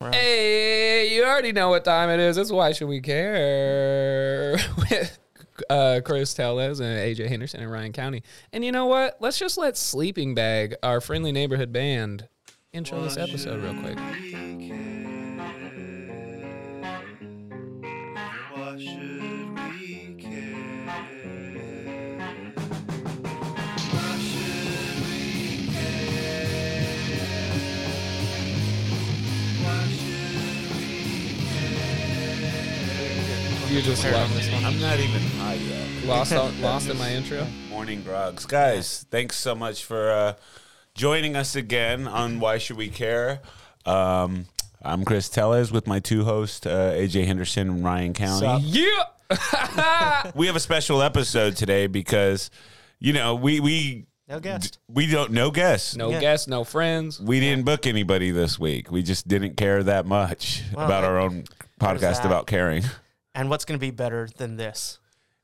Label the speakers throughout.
Speaker 1: We're on.
Speaker 2: Hey, you already know what time it is. That's why should we care? With uh, Chris Tellez and AJ Henderson and Ryan County. And you know what? Let's just let Sleeping Bag, our friendly neighborhood band, intro this episode real quick.
Speaker 3: Why should we care?
Speaker 2: You just love this one.
Speaker 3: I'm not even high yet.
Speaker 2: Lost, on, lost in my intro.
Speaker 3: Morning grogs. Guys, thanks so much for uh, joining us again on Why Should We Care? Um, I'm Chris Tellez with my two hosts, uh, AJ Henderson and Ryan County.
Speaker 2: Yeah.
Speaker 3: We have a special episode today because, you know, we, we,
Speaker 1: No guest.
Speaker 3: we don't, no guests.
Speaker 2: No
Speaker 1: Yeah.
Speaker 2: guests, no friends.
Speaker 3: We didn't book anybody this week. We just didn't care that much about our own podcast
Speaker 1: that.
Speaker 3: about caring.
Speaker 1: And what's going to be better than this?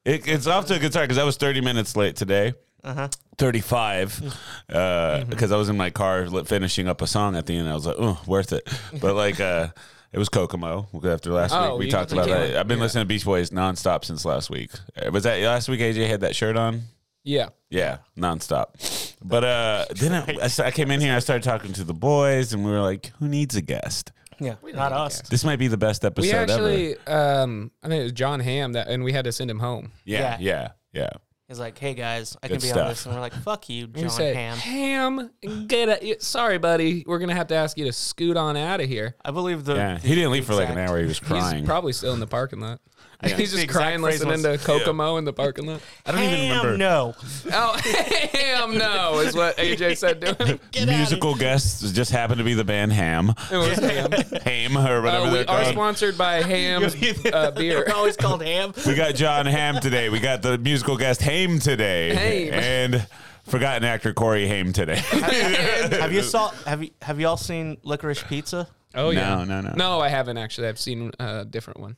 Speaker 3: It, it's off to a good start because I was 30 minutes late today.
Speaker 1: Uh-huh.
Speaker 3: 35
Speaker 2: Mm-hmm.
Speaker 3: because I was in my car li- finishing up a song at the end. I was like, oh, worth it. But like, uh, it was Kokomo after last
Speaker 2: Oh,
Speaker 3: week. We
Speaker 2: you-
Speaker 3: talked
Speaker 2: you
Speaker 3: about
Speaker 2: can't-
Speaker 3: that. I've been
Speaker 2: yeah.
Speaker 3: listening to Beach Boys nonstop since last week. Uh, Was that last week AJ had that shirt on?
Speaker 2: Yeah.
Speaker 3: Yeah, nonstop. But uh, then I, I s- I came in here. I started talking to the boys, and we were like, "Who needs a guest?
Speaker 1: Yeah. Not us.
Speaker 3: This might be the best episode
Speaker 2: We
Speaker 3: ever."
Speaker 2: actually, um, I think it was John Hamm that, and we had to send him home.
Speaker 3: Yeah, yeah, yeah.
Speaker 1: He's like, hey guys, I can
Speaker 3: Good
Speaker 1: be on
Speaker 3: stuff.
Speaker 1: this. And we're like, fuck you,
Speaker 2: You
Speaker 1: John
Speaker 2: say,
Speaker 1: Ham.
Speaker 2: Ham, get it. Sorry, buddy. We're gonna have to ask you to scoot on out of here.
Speaker 1: I believe the.
Speaker 3: Yeah,
Speaker 1: the
Speaker 3: he didn't leave for like an
Speaker 1: exact-
Speaker 3: hour. He was
Speaker 2: He's
Speaker 3: crying.
Speaker 2: probably still in the parking lot.
Speaker 3: Yeah.
Speaker 2: He's
Speaker 1: The
Speaker 2: just
Speaker 1: exact
Speaker 2: crying
Speaker 1: phrase
Speaker 2: listening to
Speaker 1: was-
Speaker 2: Kokomo in the parking lot.
Speaker 3: I don't even
Speaker 1: Ham,
Speaker 3: remember.
Speaker 1: no.
Speaker 2: Oh, ham no is what AJ said to him.
Speaker 3: musical guests just happened to be the band Ham,
Speaker 2: It was ham.
Speaker 3: Ham or whatever
Speaker 2: Uh, we
Speaker 3: they're
Speaker 2: are
Speaker 3: called.
Speaker 2: sponsored by Ham's uh, beer.
Speaker 1: We're always called Ham.
Speaker 3: we got John Ham today. We got the musical guest Ham today,
Speaker 2: Haim.
Speaker 3: and forgotten actor Corey Ham today.
Speaker 1: have you saw? Have you have you all seen Licorice Pizza?
Speaker 2: Oh yeah,
Speaker 3: No, no, no.
Speaker 2: No, I haven't actually. I've seen a different one.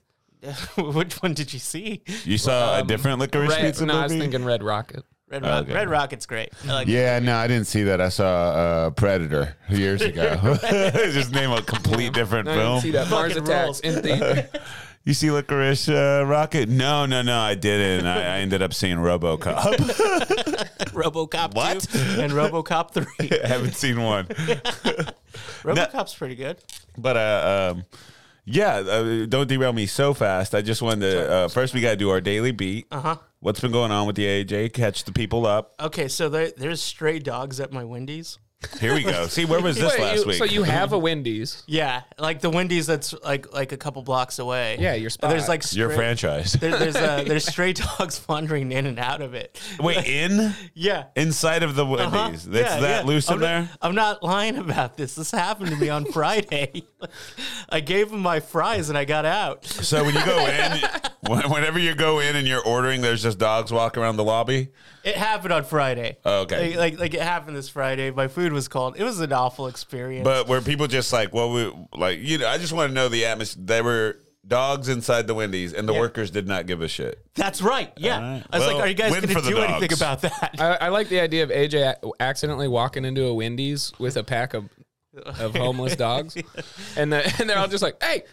Speaker 1: Which one did you see?
Speaker 3: You saw a different licorice
Speaker 2: um, Red,
Speaker 3: pizza
Speaker 2: no, I was
Speaker 3: movie?
Speaker 2: thinking Red Rocket.
Speaker 1: Red, Rock,
Speaker 3: Okay.
Speaker 1: Red Rocket's great. I Like,
Speaker 4: Yeah, no, I didn't see that. I saw uh, Predator years ago.
Speaker 3: just name a complete different
Speaker 2: No, I
Speaker 3: film.
Speaker 2: didn't see that. Mars
Speaker 1: Fucking
Speaker 2: Attacks
Speaker 1: rules.
Speaker 2: in theater.
Speaker 3: You see Licorice uh, Rocket? No, no, no, I didn't. I, I ended up seeing RoboCop.
Speaker 1: RoboCop
Speaker 3: What?
Speaker 1: 2 and RoboCop 3.
Speaker 3: I haven't seen one,
Speaker 1: RoboCop's pretty good.
Speaker 3: but uh, um, yeah, uh, don't derail me so fast. I just wanted to uh, first we got to do our daily beat. Uh
Speaker 1: Uh-huh.
Speaker 3: What's been going on with the AJ? Catch the people up.
Speaker 1: Okay, so there, there's stray dogs at my Wendy's.
Speaker 3: Here we go. See where was this
Speaker 2: Wait,
Speaker 3: last
Speaker 2: you-
Speaker 3: week?
Speaker 2: So you have a Wendy's.
Speaker 1: Yeah, like the Wendy's that's like like a couple blocks away.
Speaker 2: Yeah, your
Speaker 1: And
Speaker 2: spot.
Speaker 1: There's like stray,
Speaker 3: your franchise.
Speaker 1: There, there's uh, there's stray dogs wandering in and out of it.
Speaker 3: Wait, in
Speaker 1: Yeah.
Speaker 3: inside of the
Speaker 1: Uh-huh.
Speaker 3: Wendy's. That's
Speaker 1: Yeah,
Speaker 3: that
Speaker 1: yeah.
Speaker 3: loose
Speaker 1: I'm
Speaker 3: in
Speaker 1: not-
Speaker 3: there.
Speaker 1: I'm not lying about this. This happened to me on Friday. I gave him my fries and I got out.
Speaker 3: So when you go in, when- whenever you go in and you're ordering, there's just dogs walking around the lobby.
Speaker 1: It happened on Friday.
Speaker 3: Oh, okay.
Speaker 1: Like, like like it happened this Friday. My food was cold. It was an awful experience.
Speaker 3: But were people just like, well, we like you know? I just want to know the atmosphere. There were dogs inside the Wendy's, and the
Speaker 1: Yeah.
Speaker 3: workers did not give a shit.
Speaker 1: That's right. Yeah.
Speaker 3: right.
Speaker 1: I was
Speaker 3: Well,
Speaker 1: like, are you guys
Speaker 3: win
Speaker 1: going
Speaker 3: for
Speaker 1: to
Speaker 3: the
Speaker 1: do anything
Speaker 3: dogs.
Speaker 1: about that?
Speaker 2: I, I like the idea of AJ ac- accidentally walking into a Wendy's with a pack of of homeless dogs, and the, and they're all just like, "Hey,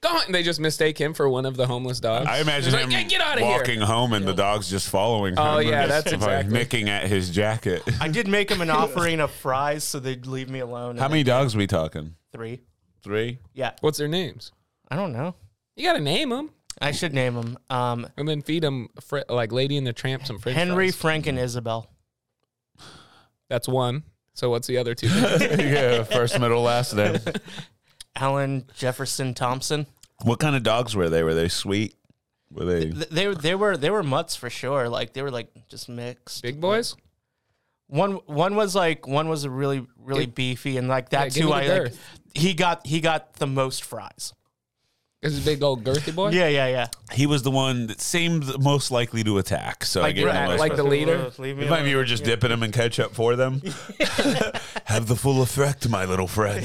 Speaker 2: go!" on," And they just mistake him for one of the homeless dogs.
Speaker 3: I imagine
Speaker 2: He's like,
Speaker 3: him
Speaker 2: "Hey, get out of
Speaker 3: walking
Speaker 2: here.
Speaker 3: home and the dogs just following.
Speaker 2: Oh,
Speaker 3: him and
Speaker 2: yeah,
Speaker 3: just,
Speaker 2: that's
Speaker 3: like,
Speaker 2: exactly-
Speaker 3: nicking at his jacket.
Speaker 1: I did make him an offering of fries so they'd leave me alone.
Speaker 3: How many dogs we talking?
Speaker 1: Three.
Speaker 3: Three.
Speaker 1: Yeah.
Speaker 2: What's their names?
Speaker 1: I don't know.
Speaker 2: You got to name them,
Speaker 1: I should name them. Um,
Speaker 2: and then feed them fr- like Lady and the Tramp some French
Speaker 1: Henry,
Speaker 2: fries.
Speaker 1: Frank, and Isabel.
Speaker 2: That's one. So what's the other two?
Speaker 3: yeah, first, middle, last name.
Speaker 1: Alan Jefferson Thompson.
Speaker 3: What kind of dogs were they? Were they sweet? Were they?
Speaker 1: Th- They they were they were mutts for sure. Like they were like just mixed.
Speaker 2: Big boys.
Speaker 1: One one was like one was really really
Speaker 2: Give-
Speaker 1: beefy and like
Speaker 2: Yeah,
Speaker 1: that's
Speaker 2: give
Speaker 1: who
Speaker 2: me
Speaker 1: I
Speaker 2: the
Speaker 1: like,
Speaker 2: girth.
Speaker 1: he got he got the most fries.
Speaker 2: This is a big old girthy boy.
Speaker 1: Yeah yeah yeah.
Speaker 3: He was the one that seemed most likely to attack. So I
Speaker 1: Like
Speaker 3: gave him
Speaker 1: right,
Speaker 3: most
Speaker 2: like
Speaker 3: credit.
Speaker 2: the leader?
Speaker 1: Leave me
Speaker 3: If maybe you were just dipping them in ketchup for them, have the full effect, my little friend.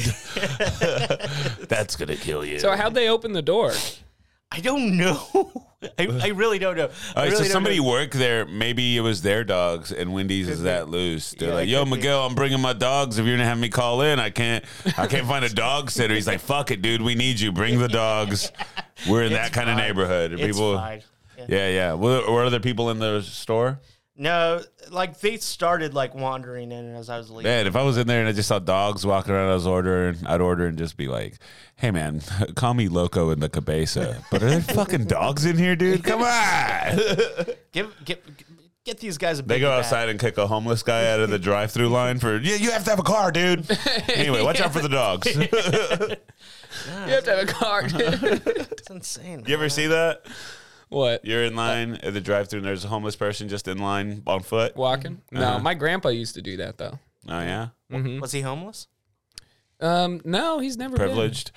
Speaker 3: That's gonna kill you.
Speaker 2: So how'd they open the door?
Speaker 1: I don't know. I, I really don't know. I
Speaker 3: All right,
Speaker 1: really
Speaker 3: so
Speaker 1: don't
Speaker 3: somebody
Speaker 1: know.
Speaker 3: worked there. Maybe it was their dogs, and Wendy's is that loose. They're
Speaker 1: Yeah,
Speaker 3: like,
Speaker 1: it
Speaker 3: "Yo,
Speaker 1: could be.
Speaker 3: Miguel, I'm bringing my dogs. If you're gonna have me call in, I can't. I can't find a dog sitter." He's like, "Fuck it, dude. We need you. Bring the dogs. We're in that kind of
Speaker 1: fine.
Speaker 3: neighborhood.
Speaker 1: It's fine. Yeah.
Speaker 3: Yeah, yeah. Were, were other people in the store?
Speaker 1: No, like they started like wandering in as I was leaving.
Speaker 3: Man, if I was in there and I just saw dogs walking around, I was ordering. I'd order and just be like, "Hey, man, call me loco in the cabeza." But are there fucking dogs in here, dude? Come on.
Speaker 1: Give, give, get these guys a big
Speaker 3: They go
Speaker 1: bag.
Speaker 3: outside and kick a homeless guy out of the drive-through line for yeah. You have to have a car, dude. Anyway, watch out for the dogs. you
Speaker 2: You have to have a car.
Speaker 1: It's insane.
Speaker 3: ever see that?
Speaker 2: what?
Speaker 3: You're in line at the drive-through, and there's a homeless person just in line on foot.
Speaker 2: Walking? No, my grandpa used to do that though.
Speaker 3: Oh yeah,
Speaker 1: Mm-hmm. Was he homeless?
Speaker 2: Um, no, he's never been.
Speaker 3: privileged.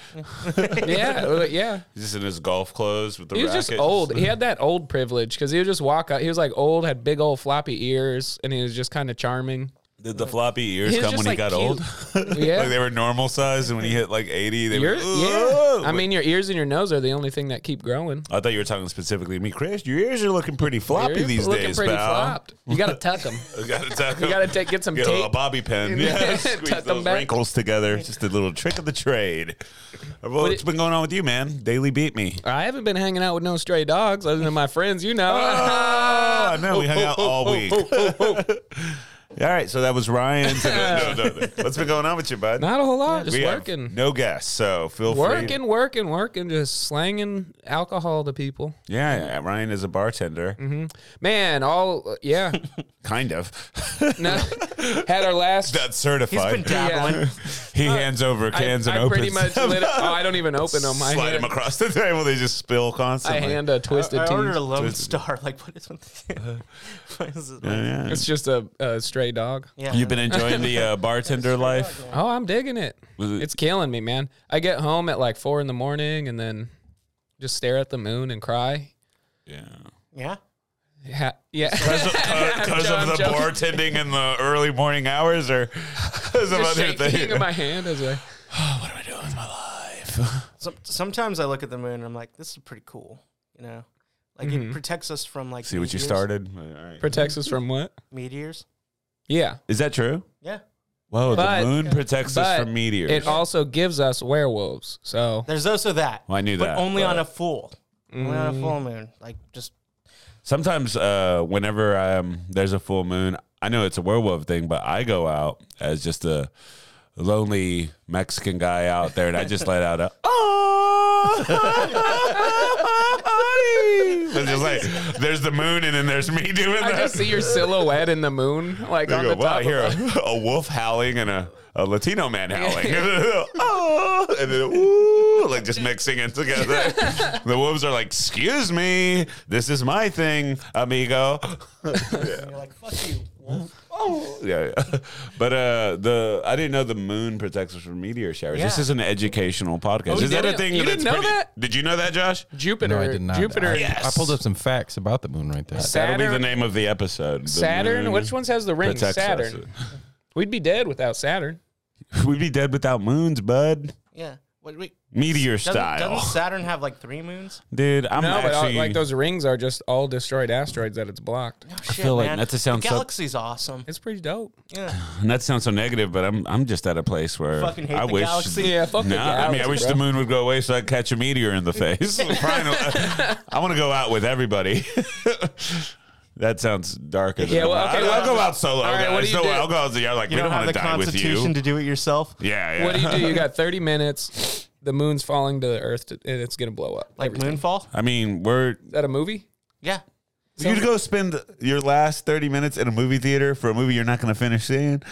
Speaker 2: Yeah, well, yeah.
Speaker 3: He's just in his golf clothes with the.
Speaker 2: He was just
Speaker 3: racket.
Speaker 2: old. He had that old privilege because he would just walk out. He was like old, had big old floppy ears, and he was just kind of charming.
Speaker 3: Did the floppy ears
Speaker 2: He was
Speaker 3: come when
Speaker 2: just,
Speaker 3: he got old?
Speaker 2: like, cute. Yeah.
Speaker 3: like they were normal size, and when he hit like 80, they
Speaker 2: Your-
Speaker 3: were.
Speaker 2: yeah. I
Speaker 3: "Ooh."
Speaker 2: mean, your ears and your nose are the only thing that keep growing.
Speaker 3: I thought you were talking specifically to me, Chris. Your ears are looking pretty floppy
Speaker 2: You're
Speaker 3: these
Speaker 2: looking
Speaker 3: days,
Speaker 2: pretty
Speaker 3: pal.
Speaker 2: flopped. You gotta tuck them.
Speaker 3: I gotta tuck.
Speaker 2: You gotta take get some
Speaker 3: Get a little
Speaker 2: tape.
Speaker 3: bobby pin.
Speaker 2: And
Speaker 3: Yeah,
Speaker 2: then
Speaker 3: squeeze
Speaker 2: tuck them
Speaker 3: those
Speaker 2: back.
Speaker 3: wrinkles together. Just a little trick of the trade. Well, what's
Speaker 2: it-
Speaker 3: been going on with you, man? Daily beat me.
Speaker 2: I haven't been hanging out with no stray dogs other than my friends. You know.
Speaker 3: Oh, no, we hung out all week. All right, so that was Ryan. No, no, no. What's been going on with you, bud?
Speaker 2: Not a whole lot. Just
Speaker 3: we have
Speaker 2: working.
Speaker 3: no guests, so feel free.
Speaker 2: Working, working, working, just slanging alcohol to people.
Speaker 3: Yeah, yeah, Ryan is a bartender,
Speaker 2: Mm-hmm. Man, all yeah.
Speaker 3: kind of.
Speaker 2: No, had our last.
Speaker 3: That's
Speaker 1: He's
Speaker 3: certified.
Speaker 1: been dabbling.
Speaker 3: he hands over
Speaker 2: I,
Speaker 3: cans
Speaker 2: I
Speaker 3: and opens
Speaker 2: pretty much
Speaker 3: them.
Speaker 2: lit. Oh, I don't even open them. I
Speaker 3: slide
Speaker 2: hand,
Speaker 3: them across the table. They just spill
Speaker 2: I
Speaker 3: constantly.
Speaker 2: hand a twisted
Speaker 1: I
Speaker 2: tea.
Speaker 1: ordered a Lone Star. Like, what is with what is it? Like,
Speaker 3: Uh-huh. Yeah.
Speaker 2: It's just a, a stray dog.
Speaker 1: yeah.
Speaker 3: You've been enjoying the uh, bartender life.
Speaker 2: Oh, I'm digging it.
Speaker 3: Was it-
Speaker 2: It's killing me, man. I get home at like four in the morning and then just stare at the moon and cry.
Speaker 3: Yeah.
Speaker 1: Yeah.
Speaker 2: Ha- yeah.
Speaker 3: Because of
Speaker 2: John
Speaker 3: the
Speaker 2: Jones.
Speaker 3: bartending in the early morning hours, or because of
Speaker 2: Just
Speaker 3: other
Speaker 2: shaking
Speaker 3: things.
Speaker 2: of my hand as I.
Speaker 3: what am I doing with my life?
Speaker 1: Some, sometimes I look at the moon and I'm like, this is pretty cool. You know, like it protects us from like
Speaker 3: Mm-hmm. See what you
Speaker 1: meteors-
Speaker 3: started.
Speaker 2: Protects us from what?
Speaker 1: Meteors.
Speaker 2: Yeah.
Speaker 3: Is that true?
Speaker 1: Yeah.
Speaker 3: Whoa,
Speaker 2: But-
Speaker 3: the moon protects us
Speaker 2: but
Speaker 3: from meteors.
Speaker 2: It also gives us werewolves. So
Speaker 1: There's also that.
Speaker 3: Well, I knew
Speaker 1: but
Speaker 3: that,
Speaker 1: only on
Speaker 3: but- Mm.
Speaker 1: a full. Only on a full moon. Like just
Speaker 3: Sometimes, uh, whenever um, there's a full moon, I know it's a werewolf thing, but I go out as just a lonely Mexican guy out there, and I just let out a oh. It's just like there's the moon, and then there's me doing
Speaker 2: I
Speaker 3: that.
Speaker 2: just see your silhouette in the moon, like
Speaker 3: You
Speaker 2: on
Speaker 3: go,
Speaker 2: the
Speaker 3: wow,
Speaker 2: top.
Speaker 3: I hear
Speaker 2: of
Speaker 3: a, a wolf howling and a, a Latino man howling. oh, and then ooh, like just mixing it together. the wolves are like, excuse me, this is my thing, amigo.
Speaker 1: you're like, fuck you. wolf.
Speaker 3: yeah, yeah. But uh, the I didn't know the moon protects us from meteor showers. This
Speaker 1: Yeah.
Speaker 3: is an educational podcast.
Speaker 2: you
Speaker 3: is that a
Speaker 2: didn't-
Speaker 3: thing?
Speaker 2: Oh, you
Speaker 3: that's
Speaker 2: didn't know
Speaker 3: pretty-
Speaker 2: that?
Speaker 3: Did you know that, Josh?
Speaker 2: Jupiter.
Speaker 5: No, I did not.
Speaker 2: Jupiter.
Speaker 5: I,
Speaker 3: Yes.
Speaker 5: I pulled up some facts about the moon right there.
Speaker 2: Saturn.
Speaker 3: That'll be the name of the episode. The
Speaker 2: Saturn.
Speaker 3: moon
Speaker 2: Which ones has the ring?
Speaker 3: protects
Speaker 2: Saturn. We'd be dead without Saturn.
Speaker 3: us. We'd be dead without moons, bud.
Speaker 1: Yeah. What, wait,
Speaker 3: Meteor
Speaker 1: doesn't,
Speaker 3: style,
Speaker 1: doesn't Saturn have like three moons?
Speaker 3: dude. I'm
Speaker 2: No, but all,
Speaker 3: actually
Speaker 2: like those rings are just all destroyed asteroids that it's blocked.
Speaker 1: Oh, shit,
Speaker 3: feel like
Speaker 1: man.
Speaker 3: not to sound
Speaker 1: the
Speaker 3: sub-
Speaker 1: galaxy's awesome.
Speaker 2: It's pretty dope.
Speaker 1: Yeah.
Speaker 3: And that sounds so negative, but I'm I'm just at a place where
Speaker 1: Fucking hate
Speaker 3: I
Speaker 1: the
Speaker 3: wish.
Speaker 1: galaxy.
Speaker 2: Yeah, fuck
Speaker 3: No,
Speaker 2: the
Speaker 3: I mean I
Speaker 2: galaxy,
Speaker 3: wish
Speaker 2: bro.
Speaker 3: the moon would go away so I'd catch a meteor in the face. Brian, I want to go out with everybody. that sounds dark. as
Speaker 2: Yeah,
Speaker 3: hell.
Speaker 2: well, okay,
Speaker 3: I,
Speaker 2: well-
Speaker 3: will go out solo.
Speaker 2: All right,
Speaker 3: guys.
Speaker 2: what do you
Speaker 3: No,
Speaker 2: do?
Speaker 3: I'll go out. You're like
Speaker 1: You
Speaker 3: we
Speaker 1: don't
Speaker 3: don't
Speaker 1: have
Speaker 3: want
Speaker 1: the
Speaker 3: to die with
Speaker 1: constitution
Speaker 3: you.
Speaker 1: to do it yourself.
Speaker 3: yeah, yeah.
Speaker 2: What do you do? You got 30 minutes. The moon's falling to the earth, to, and it's gonna blow up.
Speaker 1: Like
Speaker 2: Everything.
Speaker 1: Moonfall?
Speaker 3: I mean, we're
Speaker 2: Is that a movie?
Speaker 1: Yeah.
Speaker 3: you'd go spend your last thirty minutes in a movie theater for a movie you're not going to finish seeing.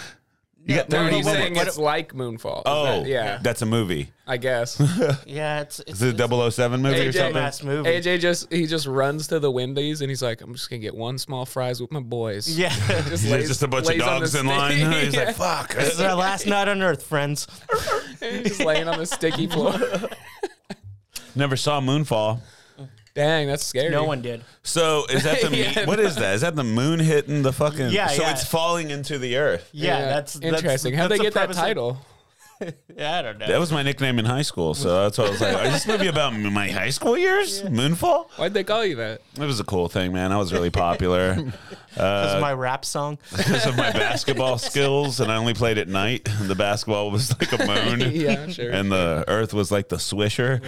Speaker 3: You got
Speaker 2: No,
Speaker 3: thirty
Speaker 2: he's saying
Speaker 3: minutes.
Speaker 2: it's like Moonfall. Is
Speaker 3: Oh,
Speaker 2: that- yeah.
Speaker 3: that's a movie.
Speaker 2: I guess.
Speaker 1: Yeah, it's it's,
Speaker 3: Is it a 007 movie or
Speaker 2: AJ
Speaker 3: something?
Speaker 1: dumbass movie.
Speaker 2: AJ just he just runs to the Wendy's and he's like, I'm just gonna get one small fries with my boys.
Speaker 1: Yeah.
Speaker 2: Just,
Speaker 3: There's just a bunch of
Speaker 2: lays on
Speaker 3: dogs
Speaker 2: the
Speaker 3: in line.
Speaker 2: stick.
Speaker 3: He's
Speaker 2: Yeah.
Speaker 3: like, fuck.
Speaker 1: this is our last night on Earth, friends.
Speaker 2: just laying on the sticky floor.
Speaker 3: Never saw Moonfall.
Speaker 2: Dang, that's scary.
Speaker 1: No one did.
Speaker 3: So is that the
Speaker 2: Yeah.
Speaker 3: what is that? Is that the moon hitting the fucking?
Speaker 1: Yeah,
Speaker 3: So
Speaker 1: yeah.
Speaker 3: it's falling into the earth.
Speaker 1: Yeah, that's that's-
Speaker 2: interesting. How'd
Speaker 1: that's
Speaker 2: they
Speaker 1: a
Speaker 2: get that
Speaker 1: premise of-
Speaker 2: title?
Speaker 1: I don't know.
Speaker 3: That was my nickname in high school, so that's what I was like. "Oh, Is this movie about m- my high school years? Moonfall?
Speaker 2: Why'd they call you that?
Speaker 3: It was a cool thing, man. I was really popular
Speaker 1: That was my rap song.
Speaker 3: because of my basketball skills, and I only played at night. The basketball was like a moon,
Speaker 2: Yeah, sure.
Speaker 3: and the earth was like the swisher.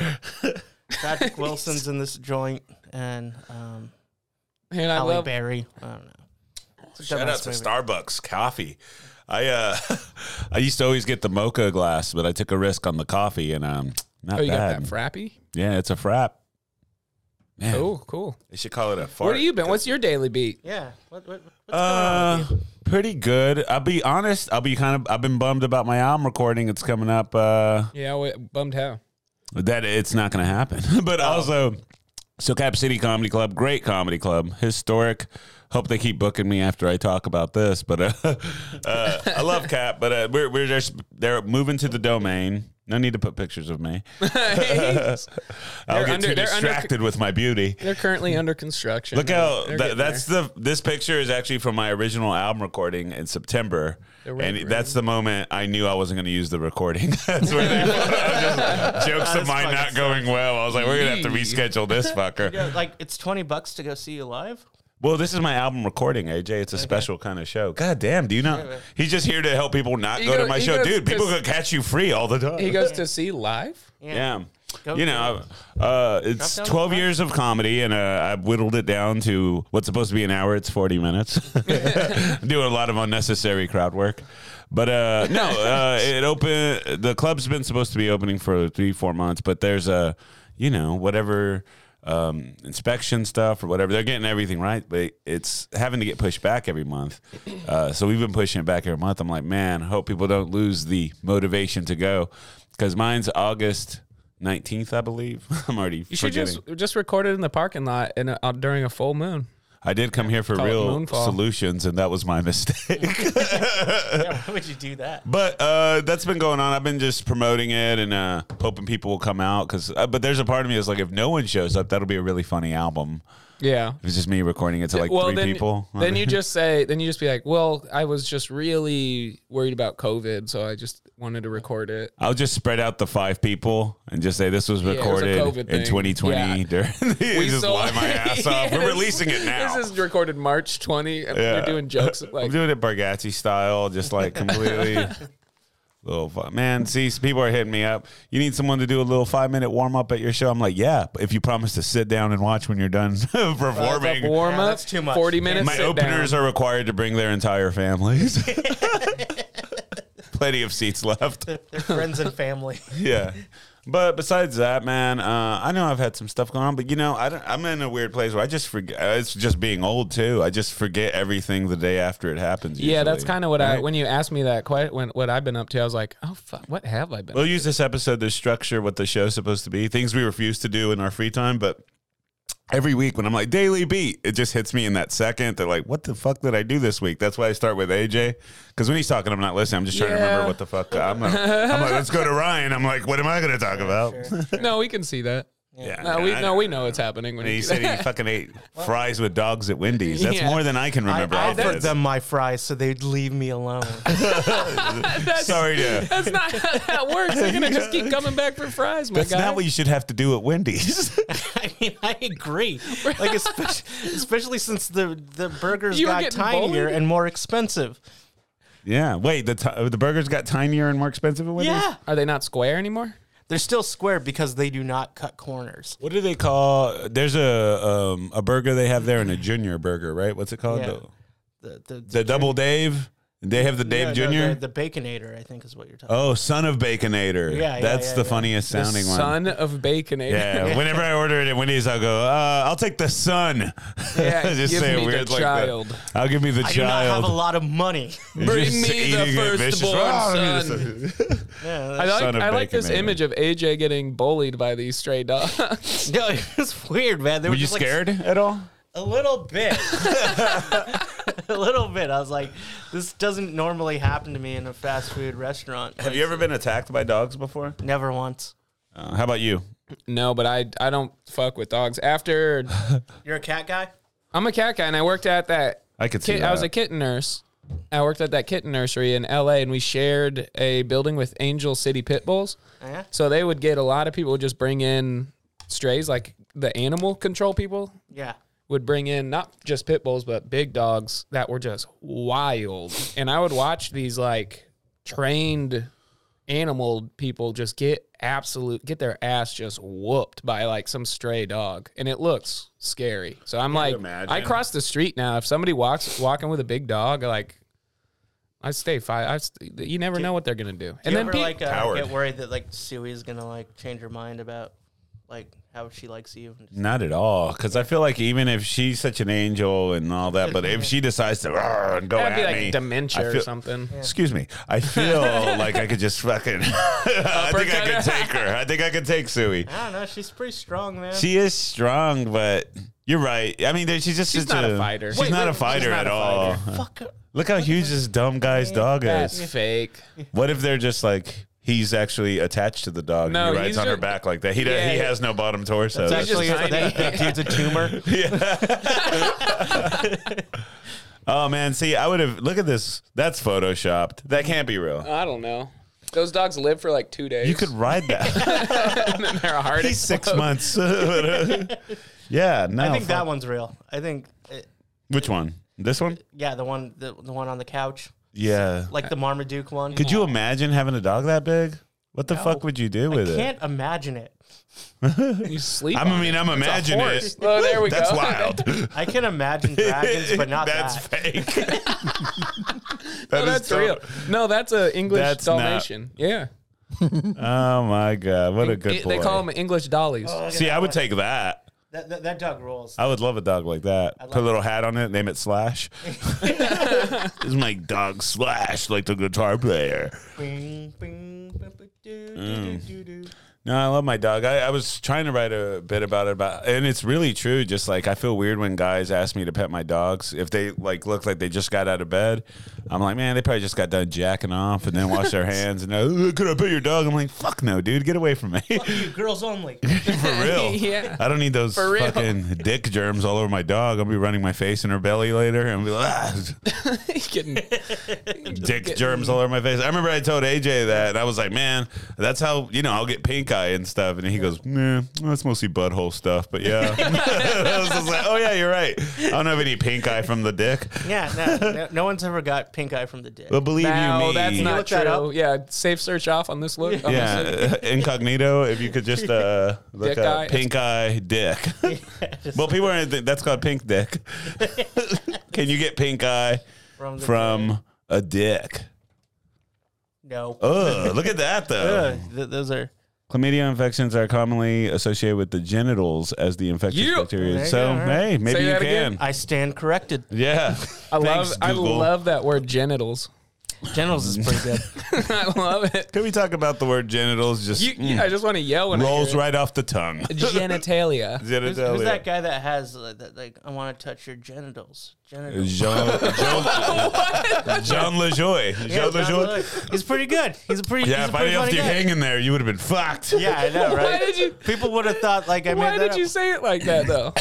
Speaker 1: Patrick Wilson's in this joint, and um,
Speaker 2: and I
Speaker 1: Halle
Speaker 2: love
Speaker 1: Berry. I don't know.
Speaker 3: Shout out to
Speaker 1: Dumbass
Speaker 3: Starbucks coffee. I uh, I used to always get the mocha glass, but I took a risk on the coffee, and um, not
Speaker 2: Oh, you got
Speaker 3: bad.
Speaker 2: that frappy?
Speaker 3: yeah, it's a frap. Man,
Speaker 2: Oh, cool.
Speaker 3: they should call it a fart.
Speaker 2: Where have you been? What's your daily beat?
Speaker 1: Yeah. What, what, what's going on
Speaker 3: Uh,
Speaker 1: with you?
Speaker 3: pretty good. I'll be honest. I'll be kind of. I've been bummed about my album recording. It's coming up. Uh,
Speaker 2: Yeah, what, bummed how.
Speaker 3: that it's not going to happen.
Speaker 2: Oh.
Speaker 3: but also, so Cap City Comedy Club, great comedy club, historic. Hope they keep booking me after I talk about this. But uh, uh, I love Cap. But uh, we're we're just they're moving to the domain. No need to put pictures of me.
Speaker 2: They're
Speaker 3: I'll get
Speaker 2: under-
Speaker 3: too
Speaker 2: they're under-
Speaker 3: distracted with my beauty.
Speaker 2: currently under construction.
Speaker 3: Look how
Speaker 2: They're
Speaker 3: that,
Speaker 2: getting
Speaker 3: that's
Speaker 2: there.
Speaker 3: the this picture is actually from my original album recording in September,
Speaker 2: They're
Speaker 3: and
Speaker 2: right,
Speaker 3: that's the moment I knew I wasn't going to use the recording. that's where they just, jokes of
Speaker 1: That's
Speaker 3: mine not
Speaker 1: fucking
Speaker 3: going well. I was like, we're going to have to reschedule this fucker.
Speaker 1: Yeah, like it's twenty bucks to go see you live.
Speaker 3: Well, this is my album recording, AJ. It's a special kind of show. God damn, do you not? He's just here to help people not
Speaker 2: He
Speaker 3: go to
Speaker 2: goes-
Speaker 3: my
Speaker 2: he
Speaker 3: show,
Speaker 2: goes
Speaker 3: dude. People
Speaker 2: to-
Speaker 3: could catch you free all the time.
Speaker 2: he goes to see live.
Speaker 3: Yeah.
Speaker 1: Go
Speaker 3: you
Speaker 1: for
Speaker 3: know, uh, it's
Speaker 1: Drop down
Speaker 3: 12
Speaker 1: the
Speaker 3: years of comedy, and uh, I've whittled it down to what's supposed to be an hour. It's 40 minutes. Doing a lot of unnecessary crowd work. But uh, no, uh, it open. The club's been supposed to be opening for three, four months, but there's a, you know, whatever um, inspection stuff or whatever. They're getting everything right, but it's having to get pushed back every month. Uh, so we've been pushing it back every month. I'm like, man, hope people don't lose the motivation to go because mine's August 19th, I believe. I'm already
Speaker 2: You should
Speaker 3: forgetting.
Speaker 2: just just record it in the parking lot and uh, during a full moon.
Speaker 3: I did come here for
Speaker 2: Call it
Speaker 3: real
Speaker 2: Moonfall.
Speaker 3: solutions, and that was my mistake.
Speaker 1: Yeah, why would you do that?
Speaker 3: But uh, that's been going on. I've been just promoting it and uh, hoping people will come out. Cause, uh, but there's a part of me that's like, if no one shows up, that'll be a really funny album.
Speaker 2: Yeah.
Speaker 3: If it's just me recording it to like three
Speaker 2: then,
Speaker 3: people.
Speaker 2: Then you just say, then you just be like, well, I was just really worried about COVID, so I just wanted to record it.
Speaker 3: I'll just spread out the five people and just say this was
Speaker 2: it was a
Speaker 3: recorded
Speaker 2: COVID thing.
Speaker 3: in 2020.
Speaker 2: Yeah.
Speaker 3: During
Speaker 2: We
Speaker 3: just
Speaker 2: sold-
Speaker 3: lie my ass off.
Speaker 2: Yes.
Speaker 3: We're releasing it now.
Speaker 2: This is recorded March 20. And We're doing jokes
Speaker 3: I'm
Speaker 2: like
Speaker 3: doing it Bargatti style, just like completely. Little fi- man, see, s- people are hitting me up. You need someone to do a little five minute warm up at your show. I'm like, yeah, but if you promise to sit down and watch when you're done performing,
Speaker 2: warm
Speaker 1: Yeah,
Speaker 2: up.
Speaker 1: that's too much.
Speaker 2: 40 minutes.
Speaker 3: my openers are required to bring their entire families. Plenty of seats left.
Speaker 1: They're friends and family.
Speaker 3: yeah. But besides that, man, uh, I know I've had some stuff going on, but you know, I don't, I'm in a weird place where I just forget. uh, It's just being old too. I just forget everything the day after it happens.
Speaker 2: Yeah, that's kind of what I
Speaker 3: Right?
Speaker 2: when you asked me that question when what I've been up to, I was like, oh fuck, what have I been?
Speaker 3: We'll use this episode to structure what the show's supposed to be, things we refuse to do in our free time, but. Every week when I'm like daily beat, it just hits me in that second. They're like, "What the fuck did I do this week?" That's why I start with AJ because when he's talking, I'm not listening. I'm just trying to
Speaker 2: Yeah.
Speaker 3: remember what the fuck I'm. Gonna, I'm like, let's go to Ryan. I'm like, what am I going to talk about?
Speaker 2: up? No, we can see that.
Speaker 3: yeah,
Speaker 2: No, we
Speaker 3: I-
Speaker 2: no, we know it's happening when
Speaker 3: And
Speaker 2: you
Speaker 3: he
Speaker 2: do that.
Speaker 3: said he fucking ate fries with dogs at Wendy's. That's
Speaker 2: Yeah.
Speaker 3: more than I can
Speaker 1: I
Speaker 3: remember. off
Speaker 1: offered
Speaker 3: this.
Speaker 1: them my fries so they'd leave me alone.
Speaker 2: That's,
Speaker 3: Sorry to.
Speaker 2: that's not how that works. They're gonna just keep coming back for fries, my
Speaker 3: That's
Speaker 2: guy.
Speaker 3: not what you should have to do at Wendy's.
Speaker 1: I mean, I agree. Like especially, especially since the the burgers
Speaker 2: You were
Speaker 1: got
Speaker 2: getting
Speaker 1: tinier
Speaker 2: bullied?
Speaker 1: and more expensive.
Speaker 3: yeah. Wait. The ti the burgers got tinier and more expensive at Wendy's.
Speaker 1: Yeah,
Speaker 2: Are they not square anymore?
Speaker 1: they're still square because they do not cut corners.
Speaker 3: What do they call? There's a um, a burger they have there and a junior burger, right? What's it called?
Speaker 1: Yeah.
Speaker 3: The,
Speaker 1: The the,
Speaker 3: the double Dave. They have the Dave
Speaker 1: no, no,
Speaker 3: Junior.
Speaker 1: the, the baconator, I think, is what you're talking.
Speaker 3: oh, son of Baconator.
Speaker 1: Yeah, yeah,
Speaker 3: That's
Speaker 1: yeah,
Speaker 3: the
Speaker 1: yeah.
Speaker 3: funniest sounding one.
Speaker 2: Son of Baconator.
Speaker 3: Yeah, whenever I order it at Wendy's, I'll go. Uh, I'll take the son.
Speaker 2: Yeah, give
Speaker 3: say it
Speaker 2: me the
Speaker 3: that.
Speaker 2: child.
Speaker 3: I'll give me the
Speaker 1: I do not
Speaker 3: child.
Speaker 1: have a lot of money.
Speaker 2: Bring me the firstborn son. I like,
Speaker 3: Son of
Speaker 2: I like this
Speaker 3: Baconator.
Speaker 2: image of AJ getting bullied by these stray dogs.
Speaker 1: no, it was weird, man. They were,
Speaker 3: Were you
Speaker 1: just, like,
Speaker 3: scared at all?
Speaker 1: A little bit. a little bit. I was like, this doesn't normally happen to me in a fast food restaurant.
Speaker 3: Have you ever been attacked by dogs before?
Speaker 1: Never once.
Speaker 3: Uh, how about you?
Speaker 2: no, but I I don't fuck with dogs. After
Speaker 1: You're a cat guy?
Speaker 2: I'm a cat guy and I worked at that
Speaker 3: I could see.
Speaker 2: kit, I was a kitten nurse. I worked at that kitten nursery in LA and we shared a building with Angel City Pit Bulls.
Speaker 1: Yeah.
Speaker 2: So they would get a lot of people would just bring in strays, like the animal control people
Speaker 1: Yeah.
Speaker 2: would bring in not just pit bulls but big dogs that were just wild and i would watch these like trained animal people just get absolute get their ass just whooped by like some stray dog and it looks scary so i'm like
Speaker 3: imagine?
Speaker 2: i cross the street now if somebody walks walking with a big dog like i stay five i st- you never know what they're gonna do and
Speaker 1: you
Speaker 2: then
Speaker 1: ever
Speaker 2: peop-
Speaker 1: like uh,
Speaker 3: Coward.
Speaker 1: get worried that like Suey's gonna like change her mind about like how she likes you? And just,
Speaker 3: Not at all, because I feel like even if she's such an angel and all that, but if she decides to "Arr," and go
Speaker 2: that'd
Speaker 3: at
Speaker 2: be like
Speaker 3: me,
Speaker 2: dementia
Speaker 3: I
Speaker 2: or
Speaker 3: feel-
Speaker 2: something
Speaker 3: Excuse me. I feel like I could just fucking. I think I
Speaker 2: Uppercut her.
Speaker 3: could take her. I think I could take Sui.
Speaker 1: I don't know. She's pretty strong, man.
Speaker 3: She is strong, but you're right. I mean, there- she's just
Speaker 2: She's
Speaker 3: such
Speaker 2: not a fighter.
Speaker 3: She's
Speaker 2: Wait,
Speaker 3: not
Speaker 2: wait,
Speaker 3: a fighter
Speaker 2: she's not
Speaker 3: at
Speaker 2: a
Speaker 3: all.
Speaker 1: Fuck. her.
Speaker 3: Look how huge this dumb guy's dog
Speaker 2: that's
Speaker 3: is.
Speaker 2: fake
Speaker 3: What if they're just like he's actually attached to the dog?
Speaker 2: No,
Speaker 3: and he rides
Speaker 2: he's
Speaker 3: on her
Speaker 2: just-
Speaker 3: back like that. He does,
Speaker 2: Yeah,
Speaker 3: he
Speaker 2: yeah.
Speaker 3: has no bottom torso.
Speaker 1: It's
Speaker 3: That's-
Speaker 1: actually
Speaker 2: just
Speaker 1: that,
Speaker 2: tiny.
Speaker 1: that dude's a tumor.
Speaker 3: oh man, see, I would have look at this. That's photoshopped. That can't be real.
Speaker 2: i don't know those dogs live for like two days
Speaker 3: You could ride that.
Speaker 2: and then their heart
Speaker 3: He's six months. yeah, no.
Speaker 1: I think
Speaker 3: fuck-
Speaker 1: that one's real. I think, it,
Speaker 3: Which one? This one?
Speaker 1: yeah, the one, the, the one on the couch,
Speaker 3: Yeah.
Speaker 1: like the Marmaduke one.
Speaker 3: Could you imagine having a dog that big? What the fuck would you do with it?
Speaker 1: Can't imagine it.
Speaker 2: You sleep.
Speaker 3: I'm- I mean, I'm imagining it.
Speaker 2: Oh, there we
Speaker 3: That's
Speaker 2: go.
Speaker 3: wild.
Speaker 1: I can imagine dragons, but not
Speaker 3: that's
Speaker 1: that.
Speaker 3: fake.
Speaker 2: No, that's real. No, that's a English
Speaker 3: That's not-
Speaker 2: Dalmatian. yeah,
Speaker 3: Oh my god, what a good
Speaker 2: It-
Speaker 3: boy.
Speaker 2: they call them English dollies.
Speaker 3: See, I Uh, would take that.
Speaker 1: Oh, That, that, that dog rolls.
Speaker 3: I would love a dog like that. Put a little hat on it, name it Slash. this is my dog Slash, like the guitar player.
Speaker 1: Bing, bing, bing, bing, doo, doo,
Speaker 3: Mm.
Speaker 1: doo, doo, doo.
Speaker 3: No, I love my dog. I, I was trying to write a bit about it, about, and it's really true. Just like I feel weird when guys ask me to pet my dogs if they like look like they just got out of bed. I'm like, man, they probably just got done jacking off and then wash their hands and oh, could I pet your dog? I'm like, fuck no, dude, get away from me.
Speaker 1: You girls only.
Speaker 3: For real.
Speaker 2: Yeah.
Speaker 3: I don't need those
Speaker 2: For real.
Speaker 3: fucking dick germs all over my dog. I'll be running my face in her belly later and be like, ah,
Speaker 2: He's getting-
Speaker 3: dick germs all over my face. I remember I told AJ that and I was like, man, that's how, you know, I'll get pink eye and stuff. And he goes, nah, that's mostly butthole stuff. But yeah. I was just like, oh yeah, you're right. I don't have any pink eye from the dick.
Speaker 1: Yeah, no, no, no one's ever got pink eye from the dick.
Speaker 3: But believe you
Speaker 2: no,
Speaker 3: me.
Speaker 2: that's not
Speaker 1: look
Speaker 2: true.
Speaker 1: that up?
Speaker 2: yeah, safe search off on this look. on this look.
Speaker 3: yeah, incognito. If you could just uh, look
Speaker 2: Dick
Speaker 3: up
Speaker 2: eye.
Speaker 3: pink eye dick. well, people are that's called pink dick. Can you get pink eye
Speaker 1: From the
Speaker 3: from a dick?
Speaker 1: No.
Speaker 3: Ugh, look at that though.
Speaker 1: Ugh, th- those are.
Speaker 3: Chlamydia infections are commonly associated with the genitals as the infectious
Speaker 2: Yeah.
Speaker 1: There
Speaker 3: bacteria.
Speaker 1: you
Speaker 3: So
Speaker 1: go, all right.
Speaker 3: hey, maybe
Speaker 2: Say
Speaker 3: you
Speaker 2: that
Speaker 3: can.
Speaker 2: again.
Speaker 1: I stand corrected.
Speaker 3: Yeah,
Speaker 2: I love. I love that word genitals.
Speaker 1: Genitals is pretty good.
Speaker 2: I love it.
Speaker 3: Can we talk about the word genitals? Just
Speaker 2: You,
Speaker 3: mm,
Speaker 2: I just want to yell when
Speaker 3: rolls
Speaker 2: I
Speaker 3: right off the tongue.
Speaker 2: hear it. genitalia.
Speaker 1: Who's,
Speaker 3: Genitalia.
Speaker 1: who's that guy that has uh, that, like I want to touch your genitals? Genitals.
Speaker 3: Jean, Jean, Jean LeJoy. Jean
Speaker 1: Yeah, John
Speaker 3: LeJoy.
Speaker 1: Lloyd. He's pretty good. He's a pretty.
Speaker 3: Yeah,
Speaker 1: he's a
Speaker 3: if I
Speaker 1: pretty
Speaker 3: left
Speaker 1: funny
Speaker 3: you
Speaker 1: guy.
Speaker 3: hanging there, you would have been fucked.
Speaker 1: Yeah, I know, right?
Speaker 2: Why did you?
Speaker 1: People would have thought like I
Speaker 2: Why
Speaker 1: made
Speaker 2: did
Speaker 1: that
Speaker 2: you
Speaker 1: up.
Speaker 2: say it like that though?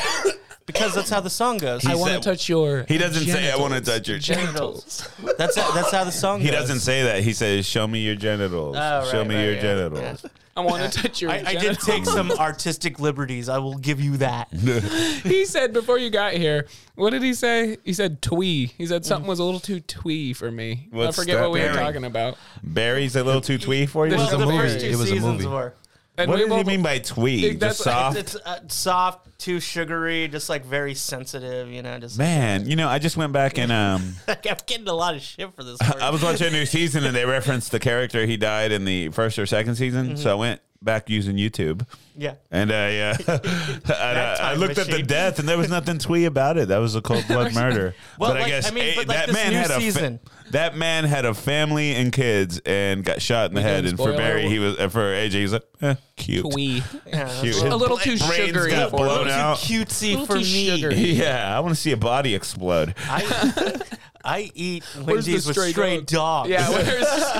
Speaker 1: because that's how the song goes.
Speaker 2: I
Speaker 3: He
Speaker 2: want to
Speaker 3: said-
Speaker 2: touch your.
Speaker 3: He doesn't say, "I wanna touch your
Speaker 2: genitals."
Speaker 1: that's how, that's how the song.
Speaker 3: He
Speaker 1: goes.
Speaker 3: doesn't say that. He says, "Show me your genitals.
Speaker 1: Oh, right,
Speaker 3: Show me
Speaker 1: right,
Speaker 3: your
Speaker 1: yeah.
Speaker 3: genitals."
Speaker 2: I want to touch your.
Speaker 1: I, I did
Speaker 2: genitals.
Speaker 1: take some artistic liberties. I will give you that.
Speaker 2: he said before you got here, what did he say? He said twee. He said something was a little too twee for me.
Speaker 3: What's
Speaker 2: I forget
Speaker 3: that
Speaker 2: what we were
Speaker 3: bearing?
Speaker 2: talking about.
Speaker 3: Barry's a little too twee for you.
Speaker 2: Well,
Speaker 1: the
Speaker 5: a movie.
Speaker 1: first two
Speaker 5: It was a
Speaker 1: seasons
Speaker 5: movie.
Speaker 1: were.
Speaker 2: And
Speaker 3: what
Speaker 2: we
Speaker 3: did he
Speaker 2: both-
Speaker 3: mean by twee?
Speaker 2: That's
Speaker 3: Just
Speaker 2: what-
Speaker 3: soft.
Speaker 1: It's uh, soft, too sugary, just like very sensitive. You know, just
Speaker 3: Man, you know, I just went back and um,
Speaker 1: like I'm getting a lot of shit for this. Word.
Speaker 3: I was watching a new season and they referenced the character he died in the first or second season. So I
Speaker 1: Mm-hmm.
Speaker 3: went back using YouTube.
Speaker 1: yeah.
Speaker 3: And I, uh, and I, I
Speaker 1: time
Speaker 3: looked at the
Speaker 1: machine.
Speaker 3: death, and there was nothing twee about it. That was a cold blood murder.
Speaker 1: Well, like- I mean, but like this new season.
Speaker 3: a fa- that man had a family and kids, and got shot in the head.
Speaker 2: didn't
Speaker 3: And for
Speaker 2: spoil
Speaker 3: Barry,
Speaker 2: it.
Speaker 3: he was uh, for AJ, he's like eh, cute,
Speaker 2: twee.
Speaker 3: cute.
Speaker 2: A little too
Speaker 3: Brains
Speaker 2: sugary
Speaker 3: got
Speaker 2: for
Speaker 3: blown
Speaker 2: him.
Speaker 3: out.
Speaker 1: Cutesy
Speaker 2: Little
Speaker 1: for
Speaker 2: too
Speaker 1: me.
Speaker 2: sugary.
Speaker 3: Yeah, I want to see a body explode.
Speaker 1: I, I eat
Speaker 2: Where's the
Speaker 1: Wendy's with stray
Speaker 2: dog?
Speaker 1: dog.
Speaker 2: Yeah, where's,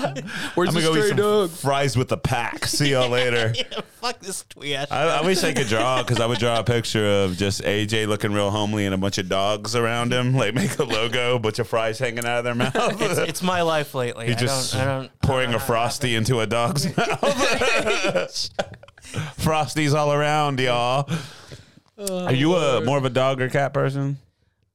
Speaker 2: where's
Speaker 3: I'm
Speaker 2: the
Speaker 3: gonna go eat
Speaker 2: stray
Speaker 3: some
Speaker 2: dog?
Speaker 3: fries with the pack. See y'all later.
Speaker 1: Yeah, fuck this tweet.
Speaker 3: I, I wish I could draw because I would draw a picture of just AJ looking real homely and a bunch of dogs around him. Like make a logo, a bunch of fries hanging out of their mouth.
Speaker 1: it's, it's my life lately.
Speaker 3: He
Speaker 1: I
Speaker 3: just
Speaker 1: don't. I don't. uh,
Speaker 3: pouring a frosty into a dog's mouth. Frosties all around, y'all.
Speaker 1: Oh,
Speaker 3: Are you a more of a dog or cat person?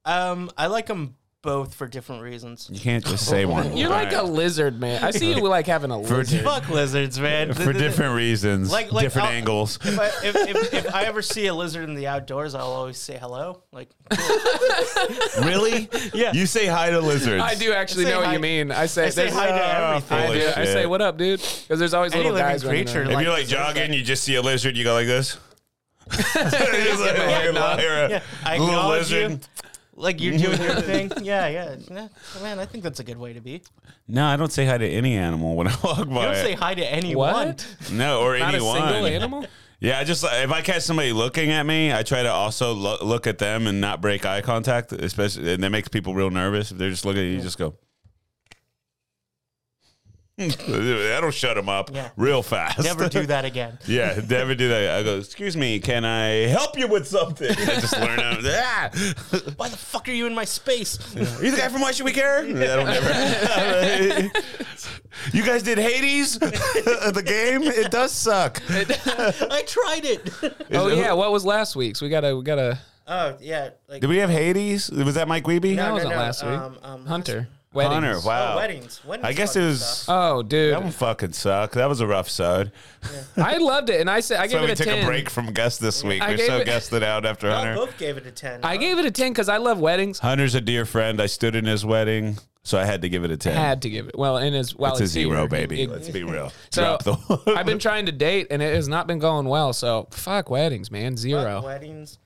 Speaker 1: Um, I like them both for different reasons.
Speaker 3: You can't just say one.
Speaker 2: You're like a lizard, man. I see you like having a lizard.
Speaker 1: Fuck lizards, man.
Speaker 3: for different reasons,
Speaker 1: Like- uh, like,
Speaker 3: different
Speaker 1: I'll-
Speaker 3: angles.
Speaker 1: If I, if, if, if I ever see a lizard in the outdoors, I'll always say hello. Like,
Speaker 3: really?
Speaker 1: yeah,
Speaker 3: You say hi to lizards.
Speaker 2: I do actually
Speaker 1: I say
Speaker 2: know what
Speaker 1: hi-
Speaker 2: you mean. I say,
Speaker 1: I say
Speaker 2: there's-
Speaker 1: hi to
Speaker 3: Oh,
Speaker 1: everything.
Speaker 2: I,
Speaker 3: Holy
Speaker 2: do. I
Speaker 3: shit.
Speaker 2: say, "What up, dude?" Because there's always
Speaker 1: Any
Speaker 2: little
Speaker 1: living
Speaker 2: guys running
Speaker 1: creature,
Speaker 2: around.
Speaker 3: If you're
Speaker 1: like
Speaker 3: like
Speaker 1: the lizard.
Speaker 3: jogging, you just see a lizard, you go like this. Just like
Speaker 2: my head
Speaker 3: a
Speaker 2: nod.
Speaker 3: liar.
Speaker 1: yeah, I
Speaker 3: Little
Speaker 1: acknowledge
Speaker 3: lizard.
Speaker 1: you. Like you're doing your thing. Yeah, yeah. Nah, Man, I think that's a good way to be. You
Speaker 3: No, I don't say hi to any animal when I walk by.
Speaker 1: don't say
Speaker 3: it.
Speaker 1: hi to anyone.
Speaker 2: What?
Speaker 3: no, or
Speaker 2: Not a
Speaker 3: anyone.
Speaker 2: single animal.
Speaker 3: Yeah, I just if I catch somebody looking at me, I try to also lo- look at them and not break eye contact, especially and that makes people real nervous. If they're just looking at you, you just go. That'll shut them up
Speaker 1: Yeah.
Speaker 3: real fast.
Speaker 1: Never do that again.
Speaker 3: Yeah, never do that. I go, excuse me, can I help you with something? I just learn out. Ah,
Speaker 1: Why the fuck are you in my space?
Speaker 3: are you the guy from Why Should We Care? I don't ever. you guys did Hades, the game. It does suck.
Speaker 1: I tried it.
Speaker 2: Oh yeah, what was last week's? We gotta, we gotta.
Speaker 1: Oh yeah, like
Speaker 3: Did we have Hades? Was that Mike Weeby?
Speaker 2: That
Speaker 1: no,
Speaker 2: wasn't
Speaker 1: no,
Speaker 2: last week.
Speaker 1: um, um,
Speaker 2: Hunter. Weddings.
Speaker 3: Hunter. Wow.
Speaker 1: oh, weddings. Weddings
Speaker 3: I guess it
Speaker 1: fucking
Speaker 3: was.
Speaker 1: suck.
Speaker 2: Oh,
Speaker 3: That one
Speaker 2: dude,
Speaker 3: fucking sucked. That was a rough sod.
Speaker 2: I loved it, and I said I gave
Speaker 3: So we
Speaker 2: it a
Speaker 3: took
Speaker 2: ten.
Speaker 3: a break from Gus this week.
Speaker 2: I
Speaker 3: We're
Speaker 2: gave
Speaker 3: so
Speaker 2: it-
Speaker 3: guested out after
Speaker 1: Y'all
Speaker 3: Hunter.
Speaker 1: both gave it a ten. Uh,
Speaker 2: I gave it a ten because I love weddings.
Speaker 3: Hunter's a dear friend. I stood in his wedding, so I had to give it a ten.
Speaker 2: Had to give it. Well, and as well,
Speaker 3: it's a zero, baby.
Speaker 2: It,
Speaker 3: Let's be real.
Speaker 2: so
Speaker 3: Drop the.
Speaker 2: I've been trying to date, and it has not been going well. So fuck weddings, man. Zero.
Speaker 1: weddings.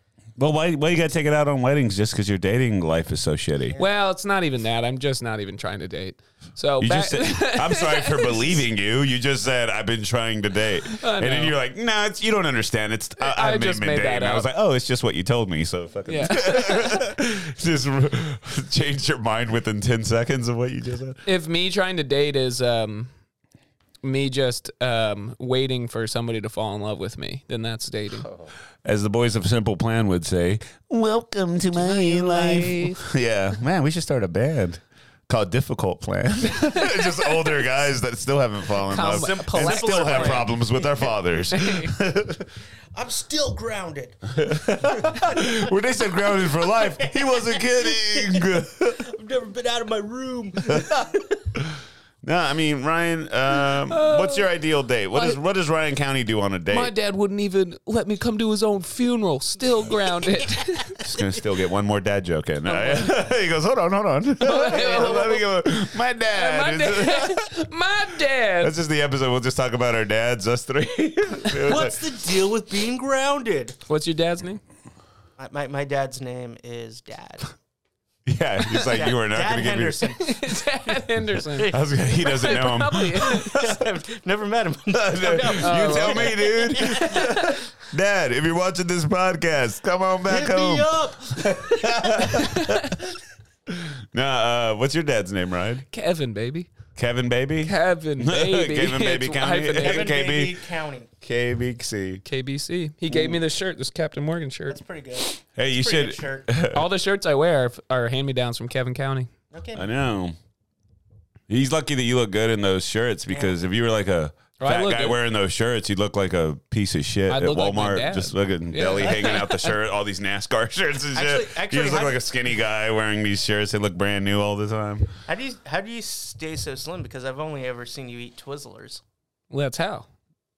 Speaker 3: Well, why, why you got to take it out on weddings just because your dating life is so shitty?
Speaker 2: Well, it's not even that. I'm just not even trying to date. So
Speaker 3: You
Speaker 2: back,
Speaker 3: just said, I'm sorry for believing you. You just said I've been trying to date, and then
Speaker 2: no.
Speaker 3: you're like, "No, it's you don't understand. It's I,
Speaker 2: I
Speaker 3: I've been-
Speaker 2: just
Speaker 3: been
Speaker 2: made
Speaker 3: dating."
Speaker 2: that
Speaker 3: I was
Speaker 2: up.
Speaker 3: like, "Oh, it's just what you told me." So fucking
Speaker 2: yeah.
Speaker 3: just r- change your mind within ten seconds of what you just said.
Speaker 2: if me trying to date is um me just um waiting for somebody to fall in love with me, then that's dating.
Speaker 3: As the boys of Simple Plan would say, "Welcome to my life."
Speaker 2: life.
Speaker 3: yeah, man, we should start a band. Called Difficult Plan. Just older guys that still haven't fallen in love.
Speaker 2: Simple-
Speaker 3: and still have
Speaker 2: Plan.
Speaker 3: problems with their fathers.
Speaker 1: I'm still grounded.
Speaker 3: when they said grounded for life, he wasn't kidding.
Speaker 1: I've never been out of my room.
Speaker 3: no, I mean Ryan. Um, what's your ideal date? What does what does Ryan County do on a date?
Speaker 2: My dad wouldn't even let me come to his own funeral, still grounded.
Speaker 3: Just gonna still get one more dad joke in.
Speaker 2: Oh,
Speaker 3: he goes, hold on, hold on. Let me go. My
Speaker 2: my
Speaker 3: dad. is-
Speaker 2: dad, my dad.
Speaker 3: That's just the episode. We'll just talk about our dads, us three. It was
Speaker 1: What's
Speaker 3: like-
Speaker 1: the deal with being grounded?
Speaker 2: What's your dad's name?
Speaker 1: My, my, my dad's name is Dad.
Speaker 3: yeah, he's like, you are not
Speaker 1: Dad
Speaker 3: gonna give me.
Speaker 1: Henderson.
Speaker 2: Dad Henderson.
Speaker 3: I was gonna, he doesn't know him.
Speaker 2: Probably.
Speaker 1: I've never met him.
Speaker 3: you tell me, dude. Dad, if you're watching this podcast, come on back
Speaker 1: Hit
Speaker 3: home.
Speaker 1: me up.
Speaker 3: Nah, uh, what's your dad's name, Ryan?
Speaker 2: Kevin, baby.
Speaker 3: Kevin Baby?
Speaker 2: Kevin, baby.
Speaker 3: Kevin, baby,
Speaker 2: It's
Speaker 3: County.
Speaker 2: hyphenated.
Speaker 1: Kevin
Speaker 3: KB.
Speaker 1: Baby County.
Speaker 3: KBC.
Speaker 2: KBC. He gave me this shirt, this Captain Morgan shirt.
Speaker 1: That's pretty good.
Speaker 3: Hey, you
Speaker 1: Pretty good
Speaker 3: should.
Speaker 1: shirt.
Speaker 2: All the shirts I wear are, are hand me downs from Kevin County.
Speaker 1: Okay.
Speaker 3: I know. He's lucky that you look good in those shirts because if you were like a
Speaker 2: Oh, I
Speaker 3: fat
Speaker 2: look
Speaker 3: guy
Speaker 2: good.
Speaker 3: wearing those shirts, you'd look like a piece of shit
Speaker 2: I'd
Speaker 3: at
Speaker 2: look like my
Speaker 3: Walmart.
Speaker 2: dad.
Speaker 3: just looking belly hanging out the shirt, all these NASCAR shirts and shit.
Speaker 1: Actually- actually,
Speaker 3: you just
Speaker 1: how
Speaker 3: look like
Speaker 1: do-
Speaker 3: a skinny guy wearing these shirts. They look brand new all the time.
Speaker 1: How do you how do you stay so slim? Because I've only ever seen you eat Twizzlers.
Speaker 2: Well, that's how.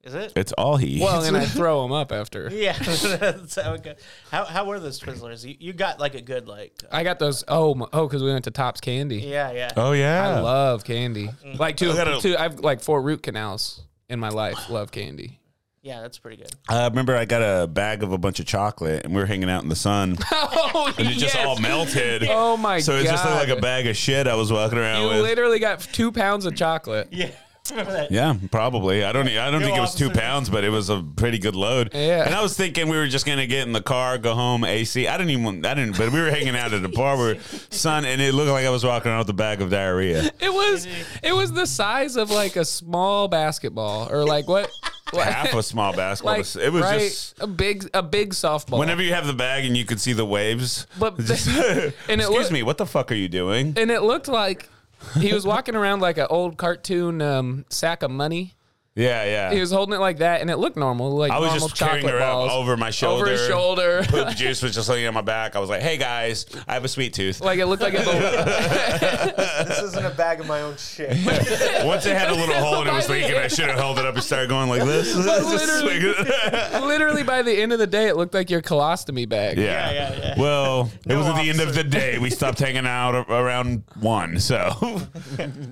Speaker 1: Is it?
Speaker 3: It's all he eats.
Speaker 2: Well, and I throw them up after.
Speaker 1: Yeah, that's how it goes. How how were those Twizzlers? You, you got like a good like. uh,
Speaker 2: I got those. Oh, my, oh, because we went to Tops Candy.
Speaker 1: Yeah, yeah.
Speaker 3: oh, yeah.
Speaker 2: I love candy. Like two,
Speaker 3: I gotta-
Speaker 2: two. I've like four root canals in my life. Love candy.
Speaker 1: Yeah, that's pretty good.
Speaker 3: I remember I got a bag of a bunch of chocolate and we were hanging out in the sun.
Speaker 2: Oh,
Speaker 3: And it just all melted.
Speaker 2: Oh my
Speaker 3: So it just looked like
Speaker 2: God.
Speaker 3: a bag of shit I was walking around
Speaker 2: You
Speaker 3: with.
Speaker 2: literally got two pounds of chocolate.
Speaker 1: Yeah.
Speaker 3: Yeah, probably. I don't. e, I don't
Speaker 1: New
Speaker 3: think it was two
Speaker 1: officer.
Speaker 3: pounds, but it was a pretty good load.
Speaker 2: Yeah.
Speaker 3: And I was thinking we were just gonna get in the car, go home, AC. I didn't even. I didn't. But we were hanging out at the bar, where sun, and it looked like I was walking out with a bag of diarrhea.
Speaker 2: It was it was the size of like a small basketball or like what?
Speaker 3: Half a small basketball.
Speaker 2: like
Speaker 3: it was
Speaker 2: right,
Speaker 3: just.
Speaker 2: a big a big softball.
Speaker 3: Whenever you have the bag and you can see the waves,
Speaker 2: But-
Speaker 3: just,
Speaker 2: and it
Speaker 3: excuse
Speaker 2: look-
Speaker 3: me, what the fuck are you doing?
Speaker 2: and it looked like he was walking around like an old cartoon um, sack of money.
Speaker 3: Yeah, yeah.
Speaker 2: He was holding it like that, and it looked normal, like
Speaker 3: I was
Speaker 2: normal
Speaker 3: just
Speaker 2: chocolate
Speaker 3: carrying her up
Speaker 2: balls
Speaker 3: over my shoulder.
Speaker 2: over his shoulder.
Speaker 3: Poop juice was just laying on my back. I was like, "Hey guys, I have a sweet tooth."
Speaker 2: like it looked like it.
Speaker 1: This isn't a bag of my own shit.
Speaker 3: Once it had a little hole and it was leaking, I should have held it up and started going like this. Just
Speaker 2: literally-
Speaker 3: swing it.
Speaker 2: literally by the end of the day, it looked like your colostomy bag.
Speaker 3: yeah.
Speaker 1: yeah, yeah.
Speaker 3: Well, it
Speaker 1: No
Speaker 3: was at the end of
Speaker 1: officer.
Speaker 3: the day. We stopped hanging out a- around one. So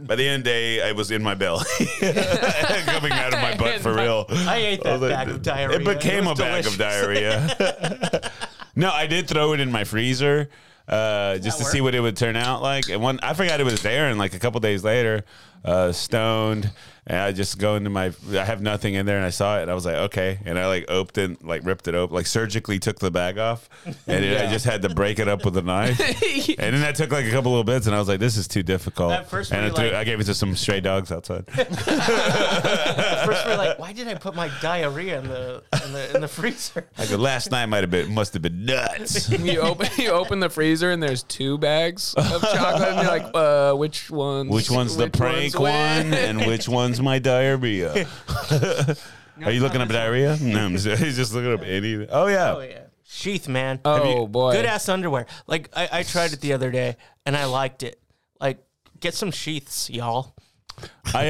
Speaker 3: by the end of the day, I was in my belly, coming out of my butt for real.
Speaker 1: I ate that
Speaker 3: Although
Speaker 1: bag of diarrhea.
Speaker 3: Oh, It became
Speaker 1: was
Speaker 3: a bag
Speaker 1: delicious.
Speaker 3: of diarrhea. no, I did throw it in my freezer uh, just to
Speaker 1: That
Speaker 3: see what it would turn out like. And one, I forgot it was there, and like a couple days later, uh, stoned, and I just go into my, I have nothing in there, and I saw it, and I was like, okay, and I like opened, it, like ripped it open, like surgically took the bag off, and it, I just had to break it up with a knife. And then I took like a couple little bits, and I was like, "This is too difficult."
Speaker 1: That first
Speaker 3: and I,
Speaker 1: one,
Speaker 3: threw,
Speaker 1: like-
Speaker 3: I gave it to some stray dogs outside.
Speaker 1: At first, we we're like, why did I put my diarrhea in the in the, in the freezer?
Speaker 3: I go, "Last night might have been, must have been nuts."
Speaker 2: You open you open the freezer and there's two bags of chocolate and you're like, uh, which one's
Speaker 3: Which one's the
Speaker 2: which
Speaker 3: prank
Speaker 2: one's when?
Speaker 3: one and which one's my diarrhea? Are you looking up diarrhea? No, I'm just, he's just looking up any. Oh yeah.
Speaker 1: Oh yeah, sheath man.
Speaker 2: Oh boy.
Speaker 1: Good ass underwear. Like I, I tried it the other day and I liked it. Like get some sheaths, y'all.
Speaker 3: I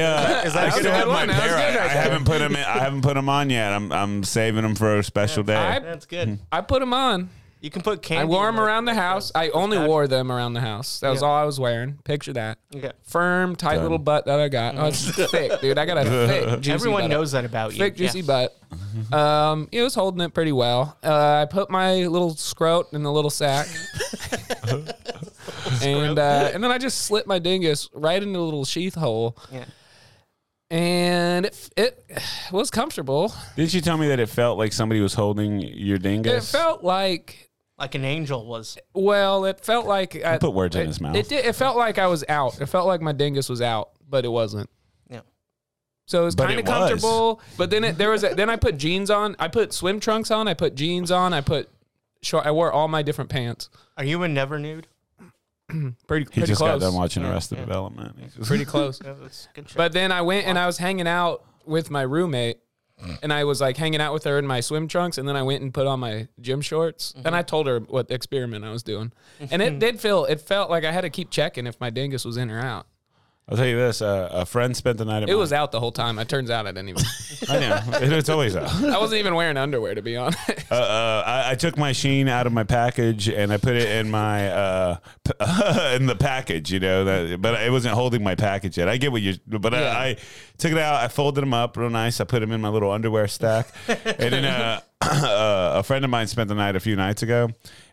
Speaker 3: uh, I
Speaker 2: that
Speaker 3: could
Speaker 2: a
Speaker 3: have
Speaker 2: good
Speaker 3: my
Speaker 2: one? That was
Speaker 3: pair.
Speaker 2: good
Speaker 3: I,
Speaker 2: right
Speaker 3: I
Speaker 2: there.
Speaker 3: haven't put them. In, I haven't put 'em on yet. I'm I'm saving them for a special day.
Speaker 2: I-
Speaker 1: That's good.
Speaker 3: Mm-hmm.
Speaker 2: I put them on.
Speaker 1: You can put candy.
Speaker 2: I wore them
Speaker 1: in it.
Speaker 2: around the house. I only wore them around the house. That was
Speaker 1: Yeah.
Speaker 2: all I was wearing. Picture that.
Speaker 1: Okay.
Speaker 2: Firm, tight little butt that I got. Oh, it's thick, dude. I got a thick, juicy
Speaker 1: Everyone
Speaker 2: butt.
Speaker 1: knows that about you.
Speaker 2: Thick,
Speaker 1: Yeah.
Speaker 2: juicy butt. Um, it was holding it pretty well. Uh, I put my little scrot in the little sack, and uh, and then I just slipped my dingus right into the little sheath hole,
Speaker 1: Yeah.
Speaker 2: and it it was comfortable.
Speaker 3: Did you tell me that it felt like somebody was holding your
Speaker 2: It
Speaker 3: dingus?
Speaker 2: felt like
Speaker 1: Like an angel was.
Speaker 2: well, it felt like I,
Speaker 3: Put words
Speaker 2: it,
Speaker 3: in his mouth.
Speaker 2: It did, it felt like I was out. It felt like my dingus was out, but it wasn't.
Speaker 1: Yeah.
Speaker 2: So it was
Speaker 3: But
Speaker 2: kind of
Speaker 3: it was.
Speaker 2: comfortable. But then it, there was a, then I put jeans on. I put swim trunks on. I put jeans on. I put short. I wore all my different pants.
Speaker 1: Are you a never nude?
Speaker 2: Pretty
Speaker 3: He
Speaker 2: pretty
Speaker 3: just
Speaker 2: close.
Speaker 3: got done watching Arrested Development. He's just-
Speaker 2: pretty close.
Speaker 1: Yeah, that's good shit.
Speaker 2: But then I went and I was hanging out with my roommate. And I was like hanging out with her in my swim trunks, and then I went and put on my gym shorts, and I told her what experiment I was doing, and it did feel it felt like I had to keep checking if my dingus was in or out.
Speaker 3: I'll tell you this: uh, a friend spent the night at
Speaker 2: It
Speaker 3: mine.
Speaker 2: was out the whole time. It turns out I didn't even.
Speaker 3: I know It- it's always out.
Speaker 2: I wasn't even wearing underwear to be honest.
Speaker 3: uh, uh, I, I took my Sheen out of my package and I put it in my uh, p- in the package, you know. That, but it wasn't holding my package yet. I get what you, but
Speaker 2: Yeah.
Speaker 3: I, I took it out. I folded them up real nice. I put them in my little underwear stack. and then uh, uh, a friend of mine spent the night a few nights ago.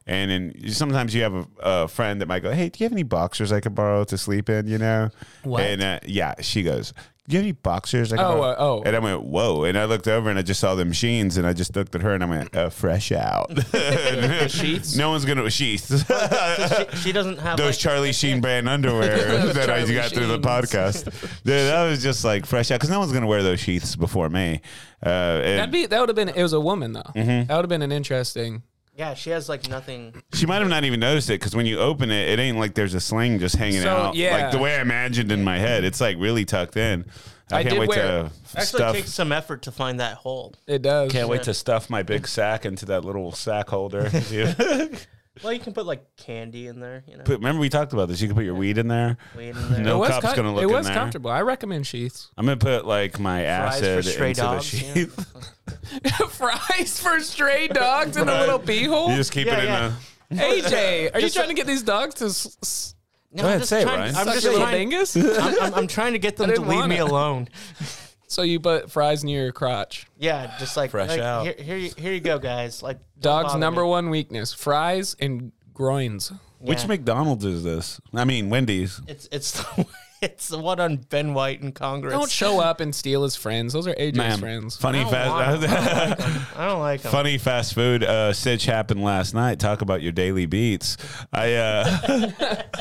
Speaker 3: And then you- sometimes you have a, a friend that might go, "Hey, do you have any boxers I could borrow to sleep in?" You know.
Speaker 2: What?
Speaker 3: And uh, yeah, she goes. Do you have any boxers? I could
Speaker 2: Oh,
Speaker 3: borrow?"
Speaker 2: uh, oh.
Speaker 3: And I went, whoa. And I looked over and I just saw the machines and I just looked at her and I went, uh, fresh out.
Speaker 2: sheets?
Speaker 3: No one's going to sheath.
Speaker 1: she, she doesn't have
Speaker 3: Those
Speaker 1: like,
Speaker 3: Charlie Sheen brand underwear that I
Speaker 2: Charlie
Speaker 3: got through the
Speaker 2: Sheens.
Speaker 3: podcast. Dude, that was just like fresh out because no one's going to wear those sheaths before me. Uh, and
Speaker 2: That'd be that would have been. It was a woman though.
Speaker 3: Mm-hmm.
Speaker 2: That would have been an interesting.
Speaker 1: Yeah, she has like nothing.
Speaker 3: she might have not even noticed it because when you open it, it ain't like there's a sling just hanging
Speaker 2: So,
Speaker 3: out.
Speaker 2: yeah.
Speaker 3: Like the way I imagined in my head, it's like really tucked in. I,
Speaker 2: I
Speaker 3: can't
Speaker 2: did
Speaker 3: wait
Speaker 2: wear-
Speaker 3: to
Speaker 1: Actually,
Speaker 3: stuff.
Speaker 1: it takes some effort to find that hole.
Speaker 2: It does.
Speaker 3: can't wait to stuff my big sack into that little sack holder.
Speaker 1: Well, you can put like candy in there, you know.
Speaker 3: But remember we talked about this. You can put your weed in there.
Speaker 1: weed in there.
Speaker 3: No.
Speaker 2: It was,
Speaker 3: cop's gonna look
Speaker 2: it
Speaker 3: in
Speaker 2: was
Speaker 3: there.
Speaker 2: comfortable. I recommend sheaths.
Speaker 3: I'm gonna put like my
Speaker 1: Fries for
Speaker 3: acid
Speaker 1: stray
Speaker 3: into
Speaker 1: dogs.
Speaker 3: the
Speaker 1: yeah.
Speaker 3: sheath.
Speaker 2: Fries for stray dogs in a
Speaker 3: Right.
Speaker 2: little pee hole.
Speaker 3: You just keep
Speaker 1: Yeah,
Speaker 3: it in
Speaker 1: yeah.
Speaker 2: AJ, are you
Speaker 1: Just
Speaker 2: trying to get these dogs to s- s-
Speaker 1: No,
Speaker 3: Go
Speaker 1: I'm
Speaker 3: ahead,
Speaker 1: just
Speaker 3: say it,
Speaker 1: trying-
Speaker 3: Ryan.
Speaker 1: I'm
Speaker 2: suck
Speaker 1: just
Speaker 2: your little
Speaker 1: trying.
Speaker 2: dingus?
Speaker 1: I'm, I'm, I'm trying to get them
Speaker 2: I
Speaker 1: to
Speaker 2: didn't
Speaker 1: leave
Speaker 2: want
Speaker 1: me
Speaker 2: it.
Speaker 1: alone.
Speaker 2: so you put fries near your crotch.
Speaker 1: Yeah, just like
Speaker 3: Fresh
Speaker 1: like,
Speaker 3: out.
Speaker 1: Here, here, you, here you go, guys. Like don't
Speaker 2: Dog's
Speaker 1: bother
Speaker 2: number
Speaker 1: me.
Speaker 2: one weakness: fries and groins.
Speaker 3: a. Which McDonald's is this? I mean Wendy's.
Speaker 1: It's it's the it's the one on Ben White in Congress.
Speaker 2: Don't show up and steal his friends. Those are AJ's
Speaker 3: Ma'am,
Speaker 2: friends.
Speaker 3: Funny
Speaker 1: I don't want
Speaker 3: fast.
Speaker 1: I don't like him.
Speaker 3: Funny fast food uh, sitch happened last night. Talk about your daily beats. I uh,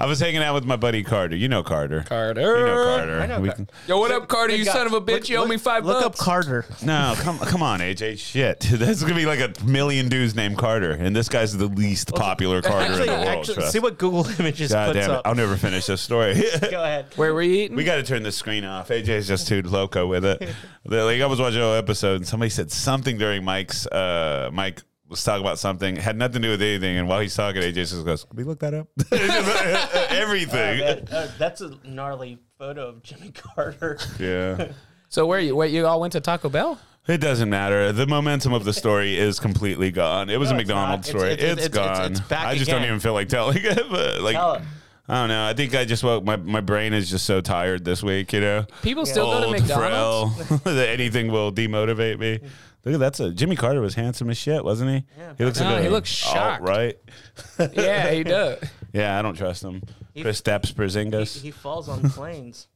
Speaker 3: I was hanging out with my buddy Carter. You know Carter.
Speaker 2: Carter.
Speaker 3: You know Carter.
Speaker 1: I know
Speaker 3: We
Speaker 1: Car-
Speaker 3: can-
Speaker 2: Yo, what up, Carter? You
Speaker 1: Look
Speaker 2: son
Speaker 1: up-
Speaker 2: of a bitch.
Speaker 1: look-
Speaker 2: you owe me
Speaker 1: look-
Speaker 2: five
Speaker 1: Look up
Speaker 2: bucks.
Speaker 1: Carter.
Speaker 3: no, come come on, AJ. Shit, that's gonna be like a million dudes named Carter, and this guy's the least popular Carter
Speaker 1: Actually,
Speaker 3: in the world.
Speaker 1: actually
Speaker 3: trust.
Speaker 1: see what Google Images
Speaker 3: God
Speaker 1: puts
Speaker 3: damn it!
Speaker 1: up.
Speaker 3: I'll never finish this story.
Speaker 1: Go ahead.
Speaker 2: Where were you eating?
Speaker 3: We got to turn the screen off. AJ's just too loco with it. They're like I was watching an episode and somebody said something during Mike's. Uh, Mike was talking about something had nothing to do with anything, and while he's talking, AJ just goes, "Can we look that up?" uh, Everything.
Speaker 1: That- uh, that's a gnarly photo of Jimmy Carter.
Speaker 3: Yeah,
Speaker 2: so where you? Wait, you all went to Taco Bell?
Speaker 3: it doesn't matter. The momentum of the story is completely gone. It was
Speaker 1: No,
Speaker 3: a
Speaker 1: it's not.
Speaker 3: McDonald's
Speaker 1: It's-
Speaker 3: story.
Speaker 1: it's- it's-
Speaker 3: it's
Speaker 1: it's-
Speaker 3: gone.
Speaker 1: it's back
Speaker 3: I just don't
Speaker 1: again.
Speaker 3: even feel like telling it. But like,
Speaker 1: Tell it.
Speaker 3: I don't know. I think I just woke. My my brain is just so tired this week. You know.
Speaker 2: People still go to
Speaker 3: Old,
Speaker 2: McDonald's.
Speaker 3: frail. That anything will demotivate me. Look at that's a Jimmy Carter was handsome as shit, wasn't he? he looks
Speaker 2: No,
Speaker 3: a
Speaker 2: he looks shocked.
Speaker 3: Right?
Speaker 2: yeah, he does.
Speaker 3: Yeah, I don't trust him. Chris Stapps
Speaker 1: He,
Speaker 3: Porzingis.
Speaker 1: he falls on planes.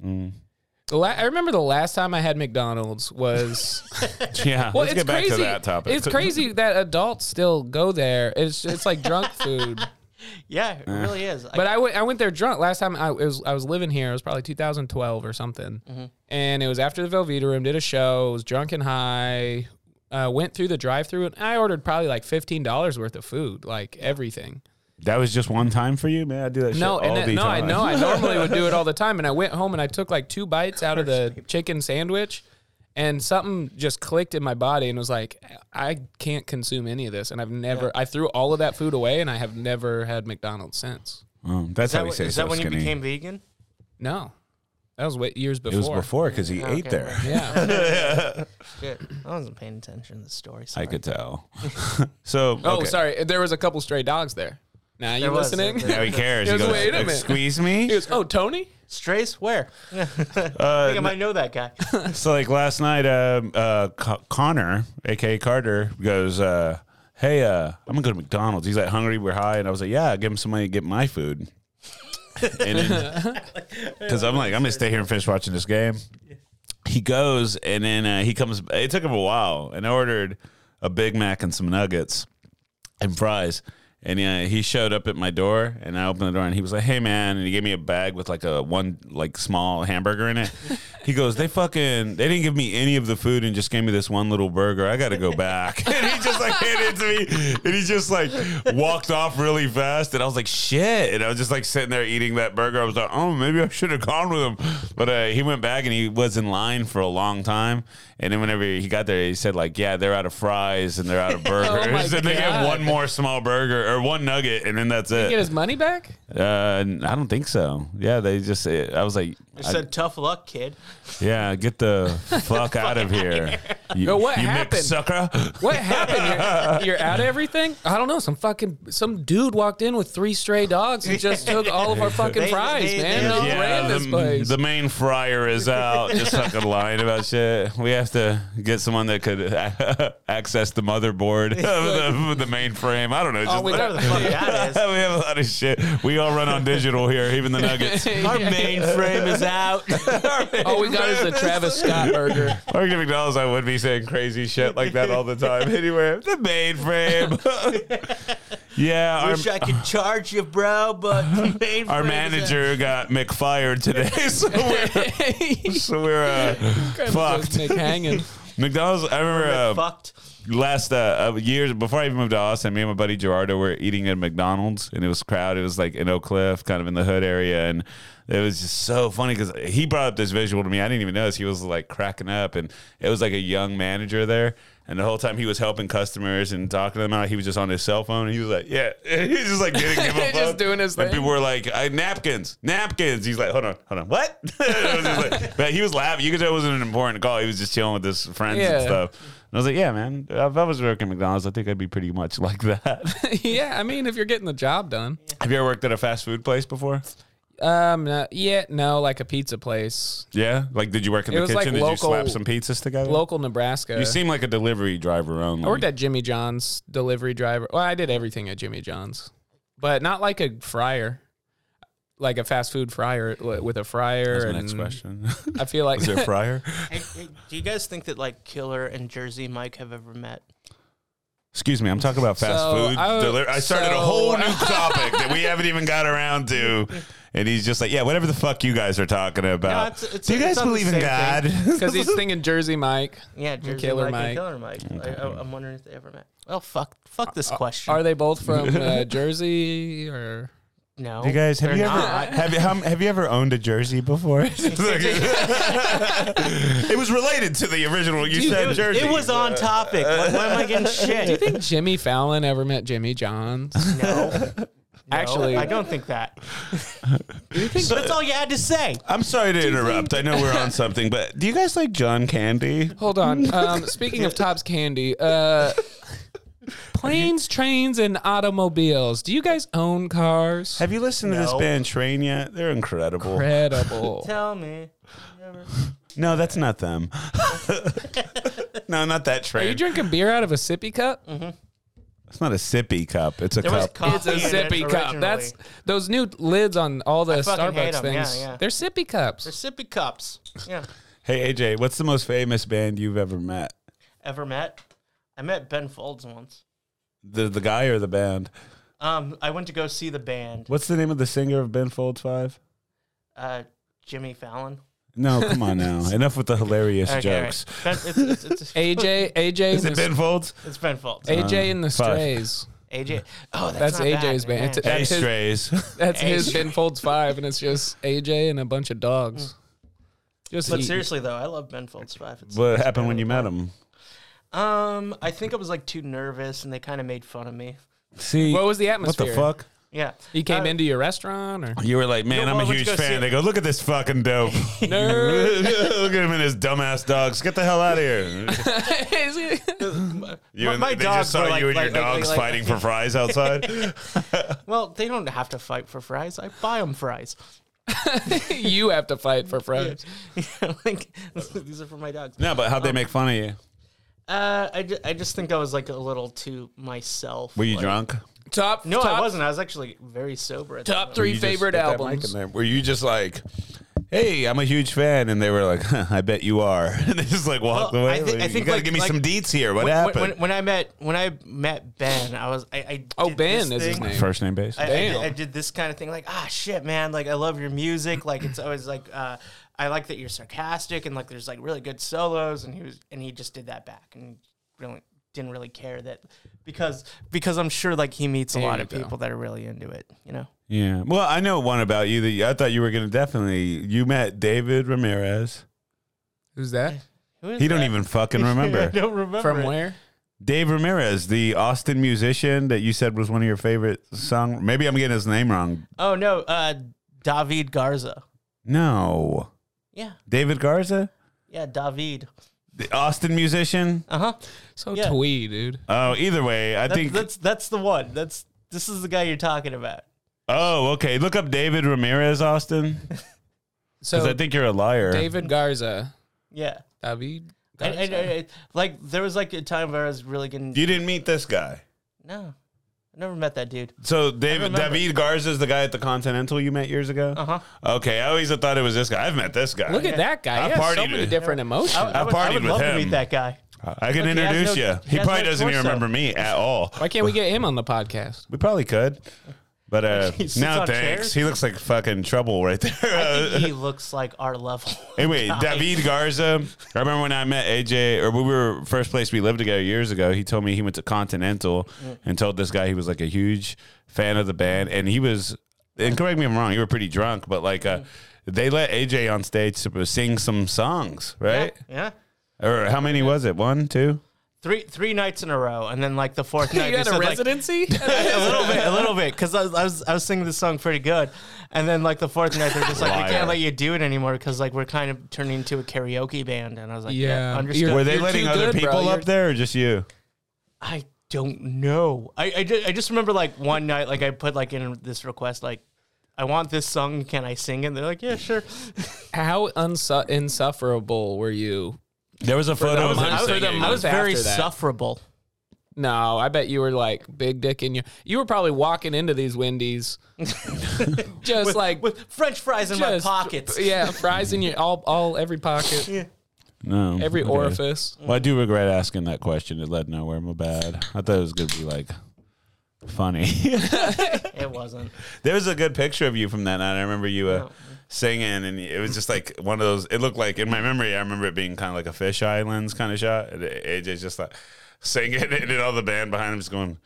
Speaker 2: The la- I remember the last time I had McDonald's was
Speaker 3: yeah,
Speaker 2: well,
Speaker 3: let's
Speaker 2: it's
Speaker 3: get back
Speaker 2: crazy.
Speaker 3: to that topic.
Speaker 2: It's crazy that adults still go there. It's it's like drunk food.
Speaker 1: Yeah,
Speaker 3: Eh.
Speaker 1: it really is.
Speaker 2: But I went I went there drunk last time. I it was I was living here. It was probably 2012 or something,
Speaker 3: Mm-hmm.
Speaker 2: and it was after the Velveeta Room. Did a show. Was drunk and high. Uh, went through the drive-through and I ordered probably like fifteen dollars worth of food, like everything.
Speaker 3: That was just one time for you, man. I do
Speaker 2: No,
Speaker 3: that shit all
Speaker 2: and that-
Speaker 3: the
Speaker 2: no, I
Speaker 3: time.
Speaker 2: know. I normally would do it all the time, and I went home and I took like two bites out of the chicken sandwich, and something just clicked in my body and was like, I can't consume any of this, and I've never. I threw all of that food away, and I have never had McDonald's since.
Speaker 3: Oh, that's
Speaker 1: is that,
Speaker 3: how we
Speaker 1: what-
Speaker 3: say
Speaker 1: is
Speaker 3: so
Speaker 1: that when
Speaker 3: skinny.
Speaker 1: you became vegan?
Speaker 2: No, that was way, years
Speaker 3: it
Speaker 2: before.
Speaker 3: was before because he ate
Speaker 1: Oh, okay.
Speaker 3: there.
Speaker 2: Yeah.
Speaker 1: Shit, I wasn't paying attention to the story.
Speaker 3: I
Speaker 1: sorry.
Speaker 3: could tell. so
Speaker 2: oh,
Speaker 3: okay.
Speaker 2: sorry. There was a couple stray dogs there. Now you
Speaker 1: There was,
Speaker 2: listening?
Speaker 1: there-
Speaker 3: Now he cares.
Speaker 2: He
Speaker 3: He
Speaker 2: goes,
Speaker 3: goes,
Speaker 2: "Wait a minute."
Speaker 3: Squeeze me.
Speaker 2: He goes, "Oh, Tony."
Speaker 1: Strays, where? I think I
Speaker 3: Uh,
Speaker 1: might know that guy.
Speaker 3: So like last night, um, uh, Co- Connor, aka Carter, goes, uh, "Hey, uh, I'm gonna go to McDonald's." He's like, "Hungry? We're high," and I was like, "Yeah, give him some money to get my food." Because I'm like, I'm gonna stay here and finish watching this game. He goes, and then uh, he comes. It took him a while, and I ordered a Big Mac and some nuggets and fries. And uh, he showed up at my door, and I opened the door, and he was like, "Hey, man!" And he gave me a bag with like a one like small hamburger in it. he goes, "They fucking they didn't give me any of the food, and just gave me this one little burger. I got to go back." and he just like handed it to me, and he just like walked off really fast. And I was like, "Shit!" And I was just like sitting there eating that burger. I was like, "Oh, maybe I should have gone with him." But uh, he went back, and he was in line for a long time. And then whenever he got there, he said like, "Yeah, they're out of fries and they're out of burgers."
Speaker 2: my
Speaker 3: and they get
Speaker 2: God.
Speaker 3: one more small burger or one nugget, and then that's
Speaker 2: Get
Speaker 3: it.
Speaker 2: his money back.
Speaker 3: Uh, n- I don't think so. Yeah, they just. It, I was like,
Speaker 1: I
Speaker 3: I-
Speaker 1: said, tough luck, kid.
Speaker 3: yeah, get the fuck out of here. You,
Speaker 2: Yo, what
Speaker 3: you
Speaker 2: happened?
Speaker 3: mixed sucker.
Speaker 2: What happened? You're, you're out of everything? I don't know. Some fucking some dude walked in with three stray dogs and just took all of our fucking
Speaker 1: They-
Speaker 2: fries,
Speaker 1: they-
Speaker 2: man.
Speaker 1: they-
Speaker 2: They
Speaker 3: Yeah,
Speaker 2: ran this
Speaker 3: the,
Speaker 2: place.
Speaker 3: the main fryer is out. Just fucking lying about shit. We have to get someone that could access the motherboard of the, the mainframe. I don't know. Just
Speaker 2: Oh, we
Speaker 3: like-
Speaker 1: Whatever the fuck that is.
Speaker 3: we have a lot of shit. We all run on digital here, even the nuggets.
Speaker 1: Our mainframe is out.
Speaker 2: all we got is the Travis Scott burger.
Speaker 3: Working at McDonald's, I would be saying crazy shit like that all the time. Anyway, the mainframe. yeah, our,
Speaker 1: Wish I could charge you, bro, but the mainframe
Speaker 3: our
Speaker 1: is out.
Speaker 3: manager got McFired today, so we're, so we're uh, fucked.
Speaker 2: Nick hanging.
Speaker 3: McDonald's. I remember uh,
Speaker 1: fucked.
Speaker 3: last uh, uh, years before I even moved to Austin, me and my buddy Gerardo were eating at McDonald's, and it was crowded. It was like in Oak Cliff, kind of in the hood area, and it was just so funny because he brought up this visual to me. I didn't even notice he was like cracking up, and it was like a young manager there. And the whole time he was helping customers and talking to them out, he was just on his cell phone. And he was like, "Yeah," he was just like didn't give a fuck.
Speaker 2: Just doing his
Speaker 3: And
Speaker 2: thing.
Speaker 3: people were like, I, "Napkins, napkins." He's like, "Hold on, hold on, what?" It was just like- but he was laughing. You could tell it wasn't an important call. He was just chilling with his friends and
Speaker 2: Yeah.
Speaker 3: stuff. And I was like, yeah, man, if I was working at McDonald's, I think I'd be pretty much like that.
Speaker 2: yeah, I mean, if you're getting the job done.
Speaker 3: Have you ever worked at a fast food place before?
Speaker 2: Um, no, yeah, no, like a pizza place,
Speaker 3: Yeah. Like, did you work in
Speaker 2: It
Speaker 3: the
Speaker 2: was
Speaker 3: kitchen?
Speaker 2: like
Speaker 3: did you
Speaker 2: local-
Speaker 3: slap some pizzas together?
Speaker 2: local Nebraska.
Speaker 3: You seem like a delivery driver only.
Speaker 2: I worked at Jimmy John's delivery driver. Well, I did everything at Jimmy John's, but not like a fryer. like a fast food fryer li- with a fryer.
Speaker 3: That's my
Speaker 2: and
Speaker 3: next question.
Speaker 2: I feel like
Speaker 3: Is there a fryer?
Speaker 1: Hey, hey, do you guys think that like Killer and Jersey Mike have ever met?
Speaker 3: Excuse me, I'm talking about fast
Speaker 2: So,
Speaker 3: food.
Speaker 2: I-
Speaker 3: deli- I started
Speaker 2: so-
Speaker 3: a whole new topic that we haven't even got around to. And he's just like, yeah, whatever the fuck you guys are talking about.
Speaker 1: it's- it's-
Speaker 3: Do you guys
Speaker 1: it's on the
Speaker 3: believe in
Speaker 1: same
Speaker 3: God?
Speaker 2: because he's thinking Jersey Mike.
Speaker 1: Yeah, Jersey
Speaker 2: Killer Mike.
Speaker 1: Mike, and Killer Mike. I, I, I'm wondering if they ever met. Well, fuck, fuck this question.
Speaker 2: Are they both from uh, Jersey or?
Speaker 1: no,
Speaker 3: You guys, have
Speaker 1: they're
Speaker 3: you ever
Speaker 1: not.
Speaker 3: have you hum, have you ever owned a jersey before? it was related to the original. You
Speaker 1: It
Speaker 3: said
Speaker 1: was,
Speaker 3: jersey.
Speaker 1: it was on topic. Like, why am I getting
Speaker 2: Do you
Speaker 1: shit?
Speaker 2: think Jimmy Fallon ever met Jimmy Johns?
Speaker 1: No, No,
Speaker 2: Actually-
Speaker 1: I don't think that. But that's all you had to say.
Speaker 3: I'm sorry to interrupt. I know we're on something, but do you guys like John Candy?
Speaker 2: Hold on. Um, speaking of Topps Candy, uh, planes, trains, and automobiles. Do you guys own cars?
Speaker 3: Have you listened to this
Speaker 1: No.
Speaker 3: band Train yet? They're incredible.
Speaker 2: Incredible.
Speaker 1: Tell me.
Speaker 3: No, that's not them. no, not that
Speaker 2: Are you
Speaker 3: train.
Speaker 2: drinking beer out of a sippy cup?
Speaker 3: it's not a sippy cup. It's a
Speaker 1: There was
Speaker 3: cup.
Speaker 1: coffee
Speaker 2: It's a
Speaker 1: in it
Speaker 2: sippy cup.
Speaker 1: originally.
Speaker 2: That's those new lids on all the
Speaker 1: fucking hate
Speaker 2: Starbucks
Speaker 1: 'em. Yeah,
Speaker 2: things.
Speaker 1: yeah.
Speaker 2: They're sippy cups.
Speaker 1: They're sippy cups. Yeah.
Speaker 3: hey AJ, what's the most famous band you've ever met?
Speaker 1: Ever met? I met Ben Folds once.
Speaker 3: The the guy or the band?
Speaker 1: Um, I went to go see the band.
Speaker 3: What's the name of the singer of Ben Folds Five?
Speaker 1: Uh, Jimmy Fallon.
Speaker 3: No, come on now. Enough with the hilarious
Speaker 1: Okay, all right.
Speaker 3: jokes.
Speaker 1: Ben, it's, it's, it's,
Speaker 2: AJ, AJ,
Speaker 3: Is
Speaker 2: and
Speaker 3: it
Speaker 2: the,
Speaker 3: Ben Folds?
Speaker 1: it's Ben Folds.
Speaker 2: AJ and the
Speaker 3: Five.
Speaker 2: Strays.
Speaker 1: AJ. Oh, that's,
Speaker 2: That's
Speaker 1: not bad,
Speaker 2: AJ's band.
Speaker 1: man.
Speaker 2: It's a-
Speaker 3: Hey,
Speaker 2: That's his-
Speaker 3: strays.
Speaker 2: That's his
Speaker 1: AJ.
Speaker 2: Ben Folds five, and it's just AJ and a bunch of dogs. Just
Speaker 1: Mm. but
Speaker 2: eat.
Speaker 1: seriously though, I love Ben Folds Five. It's,
Speaker 3: what happened when you met him?
Speaker 1: um, I think I was like too nervous, and they kind of made fun of me.
Speaker 3: See,
Speaker 2: what was the
Speaker 3: what
Speaker 2: atmosphere?
Speaker 3: the fuck?
Speaker 1: Yeah,
Speaker 2: He came
Speaker 1: Uh,
Speaker 2: into your restaurant or
Speaker 3: You were like, man, I'm a
Speaker 1: well, let's
Speaker 3: huge
Speaker 1: go see
Speaker 3: fan.
Speaker 1: it.
Speaker 3: They go, look at this fucking dope.
Speaker 2: nerd?
Speaker 3: look at him and his dumbass dogs. Get the hell out of here. You
Speaker 1: My-
Speaker 3: and,
Speaker 1: my
Speaker 3: they
Speaker 1: dogs
Speaker 3: just saw
Speaker 1: were like-
Speaker 3: you and
Speaker 1: like-
Speaker 3: your
Speaker 1: like- like-
Speaker 3: dogs
Speaker 1: like-
Speaker 3: fighting for fries outside.
Speaker 1: Well, they don't have to fight for fries. I buy them fries.
Speaker 2: you have to fight for friends.
Speaker 1: like these are for my dogs.
Speaker 3: no, but
Speaker 1: Um,
Speaker 3: how'd they make fun of you?
Speaker 1: Uh, I, ju- I just think I was like a little too myself.
Speaker 3: Were you
Speaker 1: Like-
Speaker 3: drunk?
Speaker 2: Top
Speaker 1: No,
Speaker 2: top,
Speaker 1: I wasn't. I was actually very sober. At
Speaker 2: Top
Speaker 1: that
Speaker 2: three
Speaker 1: moment.
Speaker 3: You just
Speaker 2: favorite
Speaker 3: put that mic
Speaker 2: albums.
Speaker 3: in there. Were you just like, hey, I'm a huge fan? And they were like, huh, I bet you are. And they just like walked
Speaker 1: Well, I
Speaker 3: away.
Speaker 1: thi- I
Speaker 3: Like, you
Speaker 1: think,
Speaker 3: gotta
Speaker 1: like-
Speaker 3: give me
Speaker 1: like-
Speaker 3: some deets here. What
Speaker 1: When,
Speaker 3: happened?
Speaker 1: when, when I met when I met Ben, I was I, I
Speaker 2: Oh,
Speaker 1: did
Speaker 2: Ben
Speaker 1: this
Speaker 2: is his
Speaker 1: thing.
Speaker 2: name.
Speaker 3: First name base.
Speaker 1: I, I did,
Speaker 2: Damn.
Speaker 1: I did this kind of thing like ah shit man like I love your music like it's always like uh, I like that you're sarcastic and like there's like really good solos and he was and he just did that back and really didn't really care that because because I'm sure like he meets a
Speaker 2: There
Speaker 1: lot
Speaker 2: you
Speaker 1: of
Speaker 2: go.
Speaker 1: people that are really into it you know
Speaker 3: yeah. Well, I know one about you that you- I thought you were going to definitely. You met David Ramirez.
Speaker 2: Who's that?
Speaker 1: Who is
Speaker 3: He don't
Speaker 1: that?
Speaker 3: even fucking
Speaker 1: I
Speaker 3: remember.
Speaker 1: don't remember
Speaker 2: From
Speaker 1: it.
Speaker 2: where?
Speaker 3: Dave Ramirez, the Austin musician that you said was one of your favorite song. Maybe I'm getting his name wrong.
Speaker 1: oh no uh David Garza
Speaker 3: No.
Speaker 1: yeah
Speaker 3: David Garza?
Speaker 1: yeah David
Speaker 3: The Austin musician?
Speaker 1: uh huh
Speaker 2: So
Speaker 1: Yeah.
Speaker 2: twee, dude.
Speaker 3: Oh, either way, I
Speaker 1: That-
Speaker 3: think.
Speaker 1: that's that's the one. That's this is the guy you're talking about.
Speaker 3: Oh, okay. Look up David Ramirez, Austin, because
Speaker 2: So
Speaker 3: I think you're a liar.
Speaker 2: David Garza,
Speaker 1: Yeah.
Speaker 2: David
Speaker 1: I,
Speaker 2: Garza.
Speaker 1: I- I- I- like there was like a time where I was really getting
Speaker 3: You didn't meet this guy.
Speaker 1: no, I never met that dude.
Speaker 3: So David
Speaker 1: remember.
Speaker 3: David Garza is the guy at the Continental you met years ago.
Speaker 1: Uh huh.
Speaker 3: Okay, I always thought it was this guy. I've met this guy.
Speaker 2: Look at that guy.
Speaker 3: I
Speaker 2: He has so
Speaker 3: partied
Speaker 2: many
Speaker 3: it.
Speaker 2: different emotions.
Speaker 1: I, I would, I
Speaker 3: partied
Speaker 1: would
Speaker 3: with
Speaker 1: love
Speaker 3: him.
Speaker 1: to meet that guy.
Speaker 3: I can
Speaker 1: Look, he has
Speaker 3: introduce
Speaker 1: no-
Speaker 3: you.
Speaker 1: he
Speaker 3: He
Speaker 1: has
Speaker 3: probably
Speaker 1: no
Speaker 3: doesn't even
Speaker 1: torso.
Speaker 3: remember me at all.
Speaker 2: Why can't we get him on the podcast?
Speaker 3: We probably could, but uh,
Speaker 1: He sits
Speaker 3: no
Speaker 1: on
Speaker 3: thanks.
Speaker 1: chairs?
Speaker 3: He looks like fucking trouble right there.
Speaker 1: I think he looks like our level.
Speaker 3: Anyway, David Garza. I remember when I met AJ, or we were first place we lived together years ago. He told me he went to Continental
Speaker 1: Mm.
Speaker 3: and told this guy he was like a huge fan of the band, and he was. And correct me if I'm wrong. You were pretty drunk, but like
Speaker 1: Mm.
Speaker 3: uh, they let AJ on stage to sing some songs, right?
Speaker 1: Yeah.
Speaker 3: Or how many was it? One, two.
Speaker 1: Three three nights in a row, and then like the fourth
Speaker 2: You
Speaker 1: night, they
Speaker 2: got a
Speaker 1: said, like,
Speaker 2: residency?
Speaker 1: a little bit, a little bit, because I was, I was I was singing this song pretty good, and then like the fourth night they're just like we
Speaker 3: Liar.
Speaker 1: can't let you do it anymore because like we're kind of turning into a karaoke band, and I was like yeah,
Speaker 2: Yeah.
Speaker 1: understood.
Speaker 2: You're-
Speaker 3: Were they
Speaker 2: you're
Speaker 3: letting
Speaker 2: too
Speaker 3: other
Speaker 2: good, bro.
Speaker 3: people
Speaker 2: You're-
Speaker 3: up there, or just you?
Speaker 1: I don't know. I, I, ju- I just remember like one night, like I put like in this request, like, I want this song. Can I sing it? And they're like, yeah, sure.
Speaker 2: How unsu- insufferable were you?
Speaker 3: There was a photo
Speaker 2: the
Speaker 3: of him
Speaker 2: month- for the
Speaker 3: singing.
Speaker 1: I was
Speaker 2: month after
Speaker 1: very
Speaker 2: that.
Speaker 1: sufferable.
Speaker 2: No, I bet you were like big dick in your. You were probably walking into these Wendy's, just like
Speaker 1: with French fries in my
Speaker 2: just-
Speaker 1: pockets.
Speaker 2: Yeah, fries in your all, all every pocket,
Speaker 3: No.
Speaker 2: every
Speaker 3: okay.
Speaker 2: orifice.
Speaker 3: Well, I do regret asking that question. It led nowhere. My bad. I thought it was going to be like funny.
Speaker 1: It wasn't.
Speaker 3: there was a good picture of you from that night. I remember you uh, singing, and it was just like one of those. It looked like, in my memory, I remember it being kind of like a fish islands kind of shot. And AJ's just like singing, and then all the band behind him is going,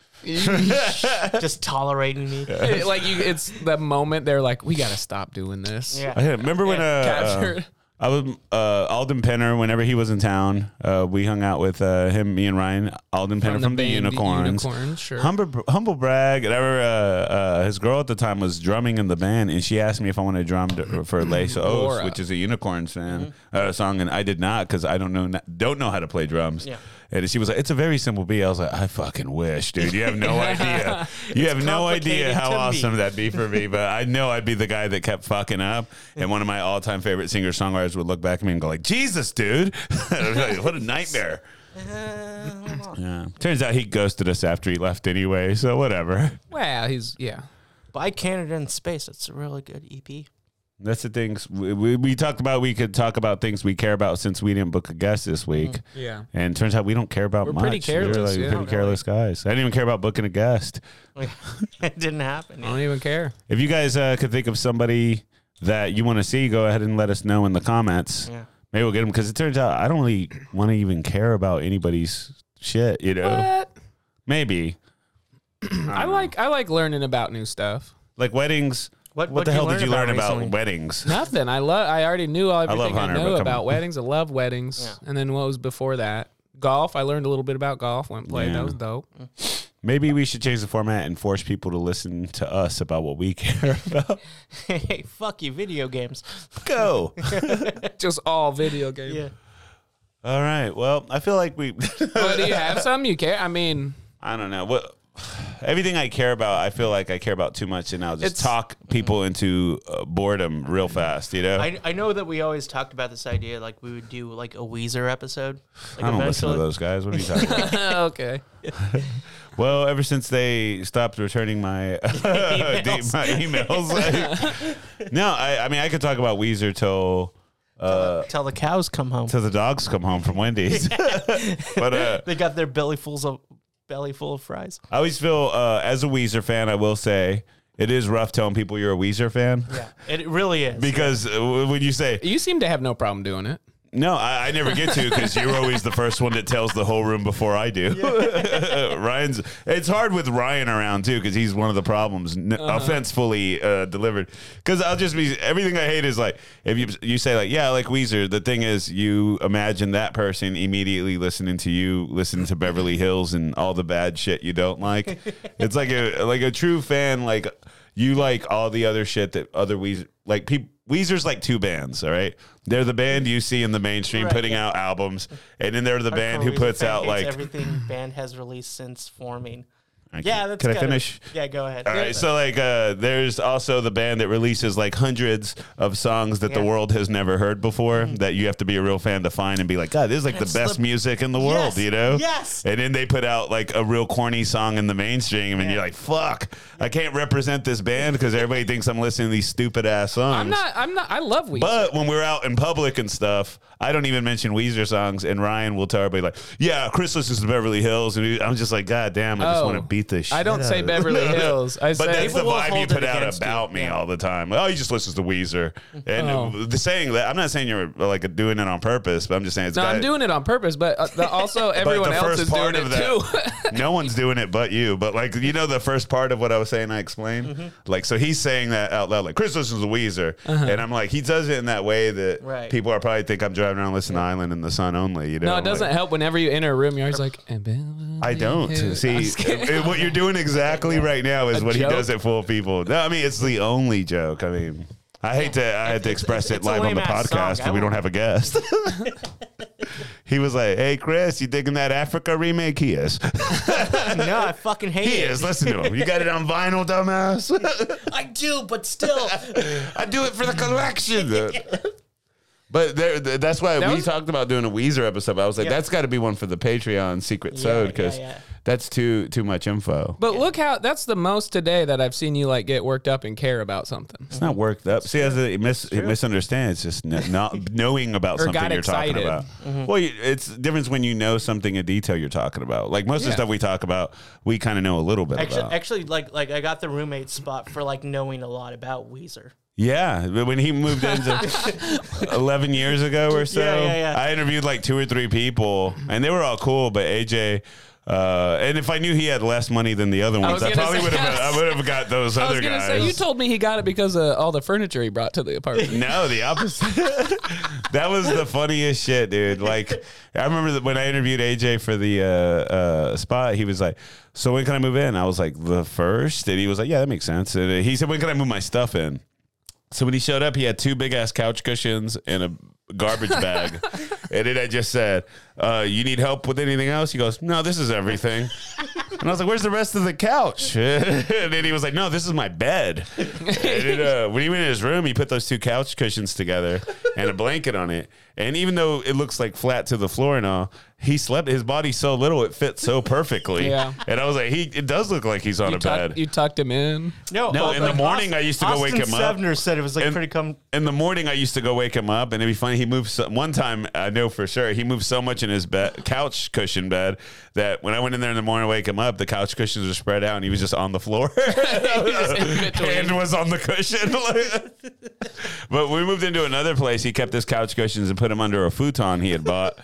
Speaker 1: Just tolerating me. Yeah.
Speaker 2: It- like you, it's the moment they're like, we gotta stop doing this.
Speaker 3: I had- remember when uh, uh,
Speaker 2: Captured.
Speaker 3: I was uh, Alden Penner. Whenever he was in town, uh, we hung out with uh, him, me and Ryan. Alden Penner from, the,
Speaker 2: band
Speaker 3: Unicorns.
Speaker 2: Unicorns, sure.
Speaker 3: Humble, humble brag. And I remember uh, uh, his girl at the time was drumming in the band, and she asked me if I wanted to drum to, for Les Os,
Speaker 2: Mm-hmm. Laura. Mm-hmm.
Speaker 3: which is a Unicorns fan uh, song, and I did not because I don't know don't know how to play drums.
Speaker 1: Yeah.
Speaker 3: And she was like, "It's a very simple beat." I was like, "I fucking wish, dude. You have no idea. You have no idea
Speaker 1: complicated
Speaker 3: how
Speaker 1: to me.
Speaker 3: awesome that." that'd be for me, but I know I'd be the guy that kept fucking up. And one of my all time favorite singer songwriters would look back at me and go like, Jesus, dude. I'd be like, what a nightmare.
Speaker 2: Uh,
Speaker 3: Yeah. Turns out he ghosted us after he left anyway, so whatever.
Speaker 2: Wow, he's yeah.
Speaker 1: By Canada in Space. It's a really good E EP.
Speaker 3: That's the things we, we, we talked about. We could talk about things we care about since we didn't book a guest this week.
Speaker 2: Yeah.
Speaker 3: And turns out we don't care about
Speaker 2: Hmm. We're
Speaker 3: much.
Speaker 2: pretty careless,
Speaker 3: We're like
Speaker 2: yeah.
Speaker 3: pretty careless guys. I didn't even care about booking a guest.
Speaker 1: it didn't happen.
Speaker 2: I don't even care.
Speaker 3: If you guys uh, could think of somebody that you want to see, go ahead and let us know in the comments.
Speaker 1: Yeah.
Speaker 3: Maybe we'll get them because it turns out I don't really want to even care about anybody's shit. You know,
Speaker 2: But
Speaker 3: maybe
Speaker 2: I
Speaker 3: Mm.
Speaker 2: like I like learning about new stuff.
Speaker 3: like weddings.
Speaker 1: What-
Speaker 3: What,
Speaker 1: what'd
Speaker 3: the
Speaker 1: you
Speaker 3: hell
Speaker 1: learn
Speaker 3: did you learn
Speaker 1: about
Speaker 3: about
Speaker 1: recently?
Speaker 3: weddings?
Speaker 2: Nothing. I love. I already knew all everything I,
Speaker 3: Hunter, but
Speaker 2: know
Speaker 3: come
Speaker 2: about
Speaker 3: on.
Speaker 2: weddings. I love weddings.
Speaker 1: Yeah.
Speaker 2: And then what was before that? Golf. I learned a little bit about golf. Went and played.
Speaker 3: Yeah.
Speaker 2: That was dope.
Speaker 1: Mm.
Speaker 3: Maybe we should change the format and force people to listen to us about what we care about.
Speaker 1: hey, fuck you, video games.
Speaker 3: go.
Speaker 2: Just all video games.
Speaker 1: Yeah.
Speaker 3: All right. Well, I feel like we.
Speaker 2: But do you have some you care? I mean,
Speaker 3: I don't know what. Everything I care about, I feel like I care about too much, and I'll just
Speaker 2: It's-
Speaker 3: talk people into uh, boredom real fast. You know,
Speaker 1: I, I know that we always talked about this idea, like we would do like a Weezer episode. Like
Speaker 3: I don't listen to those guys. What are you talking about?
Speaker 2: okay.
Speaker 3: Well, ever since they stopped returning my emails, my emails like- no, I, I mean I could talk about Weezer till
Speaker 1: Till the cows come home.
Speaker 3: till the dogs come home from Wendy's. but uh,
Speaker 1: They got their belly fulls of belly full of fries.
Speaker 3: I always feel uh, as a Weezer fan, I will say it is rough telling people you're a Weezer fan.
Speaker 1: Yeah. It really is.
Speaker 3: Because uh, w- when you say
Speaker 2: You seem to have no problem doing it.
Speaker 3: no, I, I never get to because you're always the first one that tells the whole room before I do. Ryan's it's hard with Ryan around too because he's one of the problems. N- Offensively uh, delivered because I'll just be everything I hate is like if you you say like yeah I like Weezer. The thing is you imagine that person immediately listening to you listening to Beverly Hills and all the bad shit you don't like. it's like a like a true fan like you like all the other shit that other Weezer like people. Weezer's like two bands, all right? They're the band you see in the mainstream
Speaker 1: Right,
Speaker 3: putting out albums, and then they're the band who
Speaker 1: Weezer
Speaker 3: puts
Speaker 1: fan
Speaker 3: out
Speaker 1: hates
Speaker 3: like
Speaker 1: everything band has released since forming.
Speaker 3: I
Speaker 1: Yeah,
Speaker 3: can-
Speaker 1: that's
Speaker 3: Can I
Speaker 1: gotta-
Speaker 3: finish?
Speaker 1: Yeah, go ahead.
Speaker 3: All right, so like, uh, there's also the band that releases like hundreds of songs that the
Speaker 1: Yeah.
Speaker 3: world has never heard before. That you have to be a real fan to find and be like, God, this is like
Speaker 1: That's
Speaker 3: the best
Speaker 1: the-
Speaker 3: music in the world,
Speaker 1: Yes,
Speaker 3: you know?
Speaker 1: yes.
Speaker 3: And then they put out like a real corny song in the mainstream, and
Speaker 1: Yeah.
Speaker 3: you're like, Fuck, I can't represent this band because everybody thinks I'm listening to these stupid ass songs.
Speaker 2: I'm not. I'm not. I love Weezer.
Speaker 3: But when we're out in public and stuff, I don't even mention Weezer songs, and Ryan will tell everybody like, "Yeah, Chris listens to Beverly Hills," and he- I'm just like, "God damn, I just
Speaker 2: Oh.
Speaker 3: want to beat this."
Speaker 2: I
Speaker 3: shit
Speaker 2: don't
Speaker 3: out
Speaker 2: say
Speaker 3: of
Speaker 2: Beverly
Speaker 3: No, no.
Speaker 2: Hills. I
Speaker 3: but
Speaker 2: say-
Speaker 3: that's the
Speaker 1: People will
Speaker 3: vibe you
Speaker 1: hold
Speaker 3: put
Speaker 1: it
Speaker 3: out
Speaker 1: against you.
Speaker 3: about me
Speaker 1: Yeah.
Speaker 3: all the time. Oh, he just listens to Weezer, and
Speaker 2: Oh.
Speaker 3: the saying that I'm not saying you're uh, like doing it on purpose, but I'm just saying it's.
Speaker 2: no,
Speaker 3: got-
Speaker 2: I'm doing it on purpose. But uh, the, also, everyone
Speaker 3: the
Speaker 2: else
Speaker 3: first
Speaker 2: is doing
Speaker 3: part
Speaker 2: it
Speaker 3: of
Speaker 2: too.
Speaker 3: that- no one's doing it but you. But like you know, the first part of what I was saying, I explained. Like so, he's saying that out loud. Like Chris listens to Weezer, and I'm like, he does it in that way that
Speaker 1: Right.
Speaker 3: people are probably think I'm driving around listening to Island in the Sun only. You know,
Speaker 2: no,
Speaker 3: I'm
Speaker 2: it doesn't
Speaker 3: like,
Speaker 2: help. Whenever you enter a room, you're always like, "And Beverly
Speaker 3: I don't
Speaker 2: Hills."
Speaker 3: see
Speaker 2: I'm just kidding.
Speaker 3: eh, what you're doing exactly right now is
Speaker 2: A
Speaker 3: what
Speaker 2: joke?
Speaker 3: he does at full people. No, I mean it's the only joke. I mean. I hate to I had to express
Speaker 1: it's- it's
Speaker 3: it
Speaker 1: a
Speaker 3: live on the
Speaker 1: lame-ass song.
Speaker 3: podcast,
Speaker 1: I
Speaker 3: but we
Speaker 1: won't-
Speaker 3: don't have a guest. he was like, "Hey Chris, you digging that Africa remake?" He is.
Speaker 1: no, I fucking hate
Speaker 3: He
Speaker 1: it.
Speaker 3: is. Listen to him. You got it on vinyl, dumbass.
Speaker 1: I do, but still.
Speaker 3: I do it for the collection. But there, th- that's why we
Speaker 2: was-
Speaker 3: talked about doing a Weezer episode. but I was like,
Speaker 1: Yeah.
Speaker 3: that's got to be one for the Patreon secret sode
Speaker 1: yeah,
Speaker 3: because
Speaker 1: yeah.
Speaker 4: That's too too much info.
Speaker 2: But look how that's the most today that I've seen you like get worked up and care about something.
Speaker 3: It's not worked up. See, as a mis- misunderstand, it's just n- not knowing about
Speaker 2: Or
Speaker 3: something
Speaker 2: got
Speaker 3: you're talking
Speaker 2: excited.
Speaker 3: about. Well, you, it's the difference when you know something in detail you're talking about. Like most of the
Speaker 2: Yeah.
Speaker 3: stuff we talk about, we kind of know a little bit
Speaker 1: Actually,
Speaker 3: about.
Speaker 1: actually, like like I got the roommate spot for like knowing a lot about Weezer.
Speaker 3: yeah, but when he moved into eleven years ago or so,
Speaker 1: Yeah, yeah, yeah.
Speaker 3: I interviewed like two or three people, and they were all cool. But AJ. Uh, and if I knew he had less money than the other ones, I,
Speaker 2: was gonna
Speaker 3: probably
Speaker 2: say-
Speaker 3: would have. I would have got those
Speaker 2: I was
Speaker 3: other
Speaker 2: gonna
Speaker 3: guys.
Speaker 2: say you told me he got it because of all the furniture he brought to the apartment.
Speaker 3: No, the opposite. that was the funniest shit, dude. Like, I remember that when I interviewed AJ for the uh, uh, spot, he was like, "So when can I move in?" I was like, "The first. and he was like, "Yeah, that makes sense." And he said, "When can I move my stuff in?" So when he showed up, he had two big ass couch cushions and a garbage bag. and then I just said, uh, "You need help with anything else?" He goes, "No, this is everything." and I was like, "Where's the rest of the couch?" and then he was like, "No, this is my bed." and then, uh, when he went in his room, he put those two couch cushions together and a blanket on it. And even though it looks like flat to the floor and all, he slept. His body's so little, it fits so perfectly.
Speaker 2: Yeah.
Speaker 3: And I was like, "He, it does look like he's on
Speaker 2: You,
Speaker 3: a
Speaker 2: tuck-
Speaker 3: bed."
Speaker 2: you tucked him in.
Speaker 1: No,
Speaker 3: No, in the morning, I used to go wake him up.
Speaker 1: Sevner said it was like
Speaker 3: And-
Speaker 1: pretty come.
Speaker 3: in the morning, I used to go wake him up, and it'd be funny. He moved so, one time. I know for sure he moved so much in his bed, couch cushion bed that when I went in there in the morning to wake him up, the couch cushions were spread out, and he was just on the floor. Hand was on the cushion. Like- but we moved into another place. He kept his couch cushions and put them under a futon he had bought.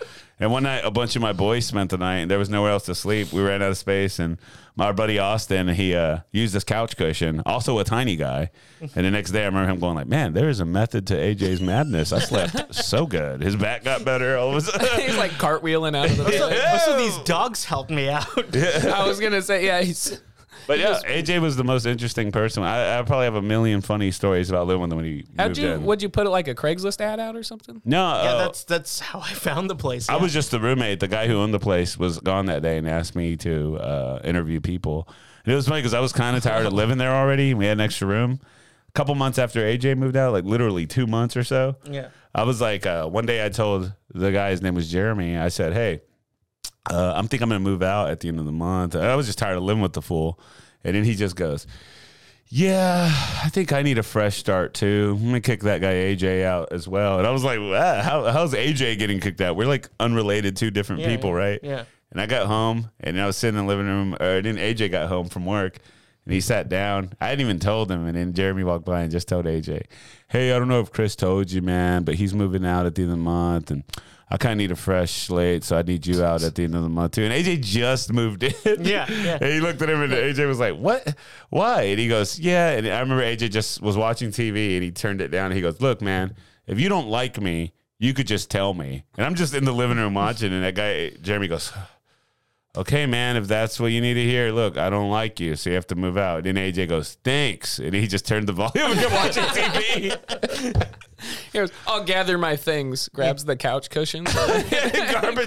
Speaker 3: And one night, a bunch of my boys spent the night, and there was nowhere else to sleep. We ran out of space, and my buddy Austin he uh, used this couch cushion, also a tiny guy. And the next day, I remember him going like, "Man, there is a method to AJ's madness. I slept so good. His back got better all of a sudden."
Speaker 2: He's like cartwheeling out of the
Speaker 1: So,
Speaker 2: bed.
Speaker 1: so these dogs helped me out.
Speaker 2: I was gonna say, yeah, he's
Speaker 3: But yeah, AJ was the most interesting person. I, I probably have a million funny stories about living with him when he
Speaker 2: how'd
Speaker 3: moved
Speaker 2: you
Speaker 3: in.
Speaker 2: would you put it like a Craigslist ad out or something?
Speaker 3: no,
Speaker 1: yeah,
Speaker 3: uh,
Speaker 1: that's that's how I found the place.
Speaker 3: I
Speaker 1: yeah.
Speaker 3: was just the roommate. The guy who owned the place was gone that day and asked me to uh, interview people. And it was funny because I was kind of tired of living there already. We had an extra room. A couple months after AJ moved out, like literally two months or so.
Speaker 1: Yeah.
Speaker 3: I was like, uh, one day I told the guy, his name was Jeremy, I said, hey, uh, I'm think I'm gonna move out at the end of the month. I was just tired of living with the fool, and then he just goes, "Yeah, I think I need a fresh start too. I'm gonna kick that guy AJ out as well." And I was like, "Wow, how, "How's AJ getting kicked out? We're like unrelated, two different
Speaker 1: Yeah,
Speaker 3: people,
Speaker 1: yeah,
Speaker 3: right?"
Speaker 1: yeah.
Speaker 3: And I got home, and I was sitting in the living room. Or then AJ got home from work. And he sat down. I hadn't even told him. And then Jeremy walked by and just told AJ, Hey, I don't know if Chris told you, man, but he's moving out at the end of the month. And I kind of need a fresh slate. So I need you out at the end of the month, too. And AJ just moved in.
Speaker 1: Yeah, yeah.
Speaker 3: And he looked at him and AJ was like, What? Why? And he goes, Yeah. And I remember AJ just was watching TV and he turned it down. And he goes, Look, man, if you don't like me, you could just tell me. And I'm just in the living room watching. And that guy, Jeremy, goes, okay, man, if that's what you need to hear, look, I don't like you, so you have to move out. And AJ goes, thanks. And he just turned the volume and kept watching TV.
Speaker 2: He goes, I'll gather my things, grabs the couch cushions.
Speaker 3: Garbage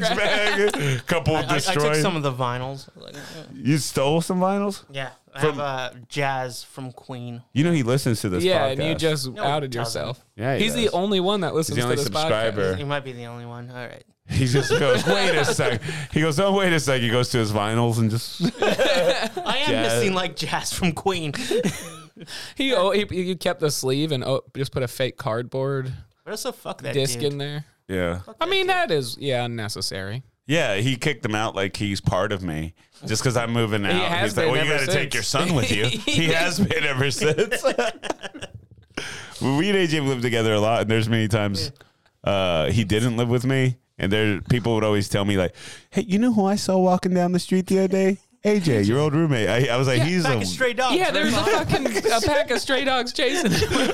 Speaker 3: bag, couple
Speaker 1: I, I took
Speaker 3: destroyed.
Speaker 1: some of the vinyls. Like,
Speaker 3: you stole some vinyls?
Speaker 1: yeah, I
Speaker 3: From-
Speaker 1: have uh, jazz from Queen.
Speaker 3: You know he listens to this
Speaker 2: yeah,
Speaker 3: podcast.
Speaker 2: and you just
Speaker 1: No,
Speaker 2: outed
Speaker 1: he doesn't.
Speaker 2: yourself.
Speaker 3: Yeah, he
Speaker 2: he's
Speaker 3: does.
Speaker 2: the only one that listens
Speaker 3: the only
Speaker 2: to this
Speaker 3: subscriber.
Speaker 2: podcast.
Speaker 1: You might be the only one. All right.
Speaker 3: He just goes, wait a sec. He goes, oh, wait a sec. He goes to his vinyls and just.
Speaker 1: I am
Speaker 3: Jazz.
Speaker 1: missing like jazz from Queen.
Speaker 2: He, oh, he you kept the sleeve and oh, just put a fake cardboard
Speaker 1: But also, fuck that
Speaker 2: disc
Speaker 1: dude.
Speaker 2: in there.
Speaker 3: Yeah.
Speaker 2: I mean, that is yeah unnecessary.
Speaker 3: Yeah, he kicked him out like he's part of me just because I'm moving out.
Speaker 2: has
Speaker 3: he's like,
Speaker 2: been
Speaker 3: well, you
Speaker 2: ever
Speaker 3: got to take
Speaker 2: since."
Speaker 3: your son with you. he has been ever since. we and AJ have lived together a lot, and there's many times uh, he didn't live with me, and there people would always tell me like, "Hey, you know who I saw walking down the street the other day? AJ, your old roommate." I, I was like, "He's
Speaker 1: Back
Speaker 3: a
Speaker 1: of stray dogs.
Speaker 2: yeah, there's a
Speaker 1: right?
Speaker 2: fucking a pack of stray dogs chasing him.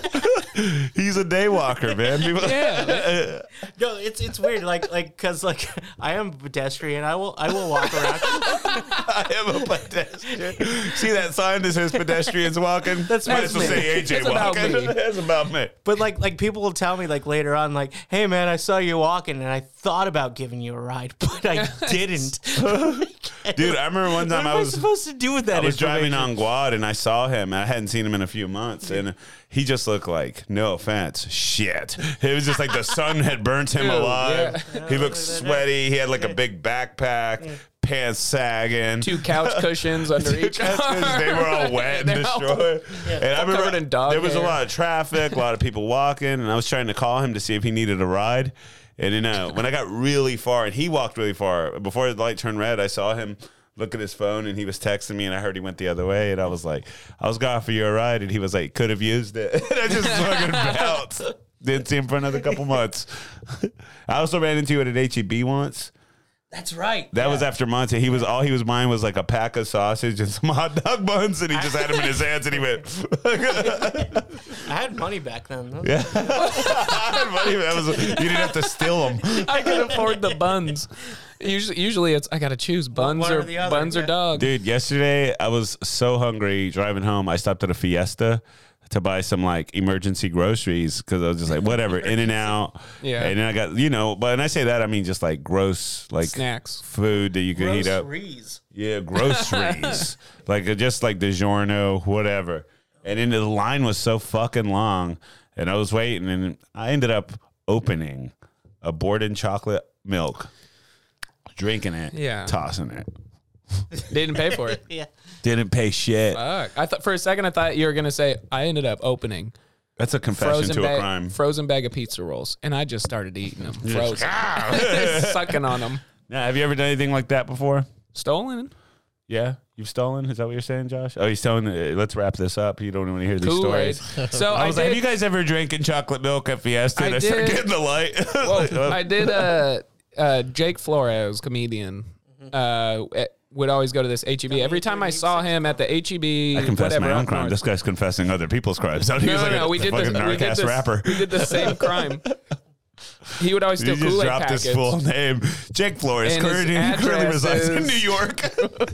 Speaker 3: he's a day walker, man." People-
Speaker 2: Yeah,
Speaker 1: No, it's it's weird. Like like because like I am a pedestrian. I will I will walk around.
Speaker 3: I am a pedestrian. See that sign that says pedestrians walking? That's
Speaker 1: Might
Speaker 3: Might
Speaker 1: as
Speaker 3: as
Speaker 1: well me.
Speaker 3: say
Speaker 1: say
Speaker 3: AJ
Speaker 2: That's about
Speaker 3: walking.
Speaker 2: walking. me.
Speaker 3: That's about me.
Speaker 1: But like like people will tell me like later on like, hey man, I saw you walking and I thought about giving you a ride, but I didn't.
Speaker 3: Dude, I remember one
Speaker 1: What
Speaker 3: time
Speaker 1: am
Speaker 3: I
Speaker 1: I,
Speaker 3: was
Speaker 1: supposed to do with that?
Speaker 3: I was driving on Guad and I saw him. I hadn't seen him in a few months, and he just looked like, no offense, shit. It was just like the sun had burnt him
Speaker 2: Ew,
Speaker 3: alive. He looked sweaty. He had like a big backpack. pants sagging.
Speaker 2: two couch cushions under each
Speaker 3: That's 'cause
Speaker 2: arm.
Speaker 3: they were all wet and
Speaker 2: They're all-
Speaker 3: destroyed. and I
Speaker 2: all
Speaker 3: remember
Speaker 2: covered in dog
Speaker 3: there was a
Speaker 2: hair.
Speaker 3: lot of traffic, a lot of people walking, and I was trying to call him to see if he needed a ride. And you know, when I got really far, and he walked really far before the light turned red, I saw him look at his phone, and he was texting me, and I heard he went the other way, and I was like, "I was going for your ride," and he was like, "Could have used it," and I just fucking bounced. Didn't see him for another couple months. I also ran into you at an HEB once.
Speaker 1: That's right.
Speaker 3: That was after Monte. He was all he was buying was like a pack of sausage and some hot dog buns, and he just had them in his hands, and he went.
Speaker 1: I had money back then. though.
Speaker 3: Yeah. that was, you didn't have to steal them,
Speaker 2: I could afford the buns. Usually, usually it's I gotta choose buns
Speaker 1: One
Speaker 2: or,
Speaker 1: or the other,
Speaker 2: buns or
Speaker 1: yeah.
Speaker 2: dog.
Speaker 3: dude. Yesterday I was so hungry driving home. I stopped at a Fiesta to buy some like emergency groceries because I was just like whatever, in and out.
Speaker 2: Yeah.
Speaker 3: And then I got you know, but when I say that I mean just like gross like
Speaker 2: Snacks.
Speaker 3: food that you could heat up.
Speaker 1: Groceries.
Speaker 3: Yeah, groceries. like uh, just like DiGiorno, whatever. And then the line was so fucking long, and I was waiting, and I ended up opening a Borden chocolate milk, drinking it,
Speaker 2: Yeah.
Speaker 3: tossing it.
Speaker 2: Didn't pay for it.
Speaker 1: Yeah.
Speaker 3: Didn't pay shit.
Speaker 2: Fuck. I thought for a second I thought you were gonna say I ended up opening
Speaker 3: That's a confession
Speaker 2: frozen
Speaker 3: to
Speaker 2: bag,
Speaker 3: a crime.
Speaker 2: frozen bag of pizza rolls, and I just started eating them frozen,
Speaker 3: Ah!
Speaker 2: sucking on them,
Speaker 3: now, have you ever done anything like that before?
Speaker 2: stolen.
Speaker 3: Yeah, you've stolen. Is that what you're saying, Josh? Oh, he's telling. Uh, let's wrap this up. You don't want to hear these
Speaker 2: Kool Aid.
Speaker 3: stories.
Speaker 2: So I,
Speaker 3: I was
Speaker 2: did,
Speaker 3: like, have you guys ever drinking chocolate milk at Fiesta?
Speaker 2: I
Speaker 3: And I, started
Speaker 2: did.
Speaker 3: getting the light. Like,
Speaker 2: Well, I did. Uh, uh, Jake Flores, comedian,
Speaker 3: Mm-hmm.
Speaker 2: uh, at- would always go to this HEB. Every time I saw him at the HEB,
Speaker 3: I confess
Speaker 2: whatever,
Speaker 3: my own
Speaker 2: up
Speaker 3: crime.
Speaker 2: north.
Speaker 3: This guy's confessing other people's crimes. No,
Speaker 2: No, no, no, we did this.
Speaker 3: fucking
Speaker 2: We did
Speaker 3: narcass
Speaker 2: this.
Speaker 3: rapper.
Speaker 2: We did the same crime. He would always steal
Speaker 3: You just
Speaker 2: Kool Aid
Speaker 3: dropped
Speaker 2: packets.
Speaker 3: his full name, Jake Flores.
Speaker 2: And his
Speaker 3: Currently, currently
Speaker 2: address
Speaker 3: resides in
Speaker 2: is-
Speaker 3: New York.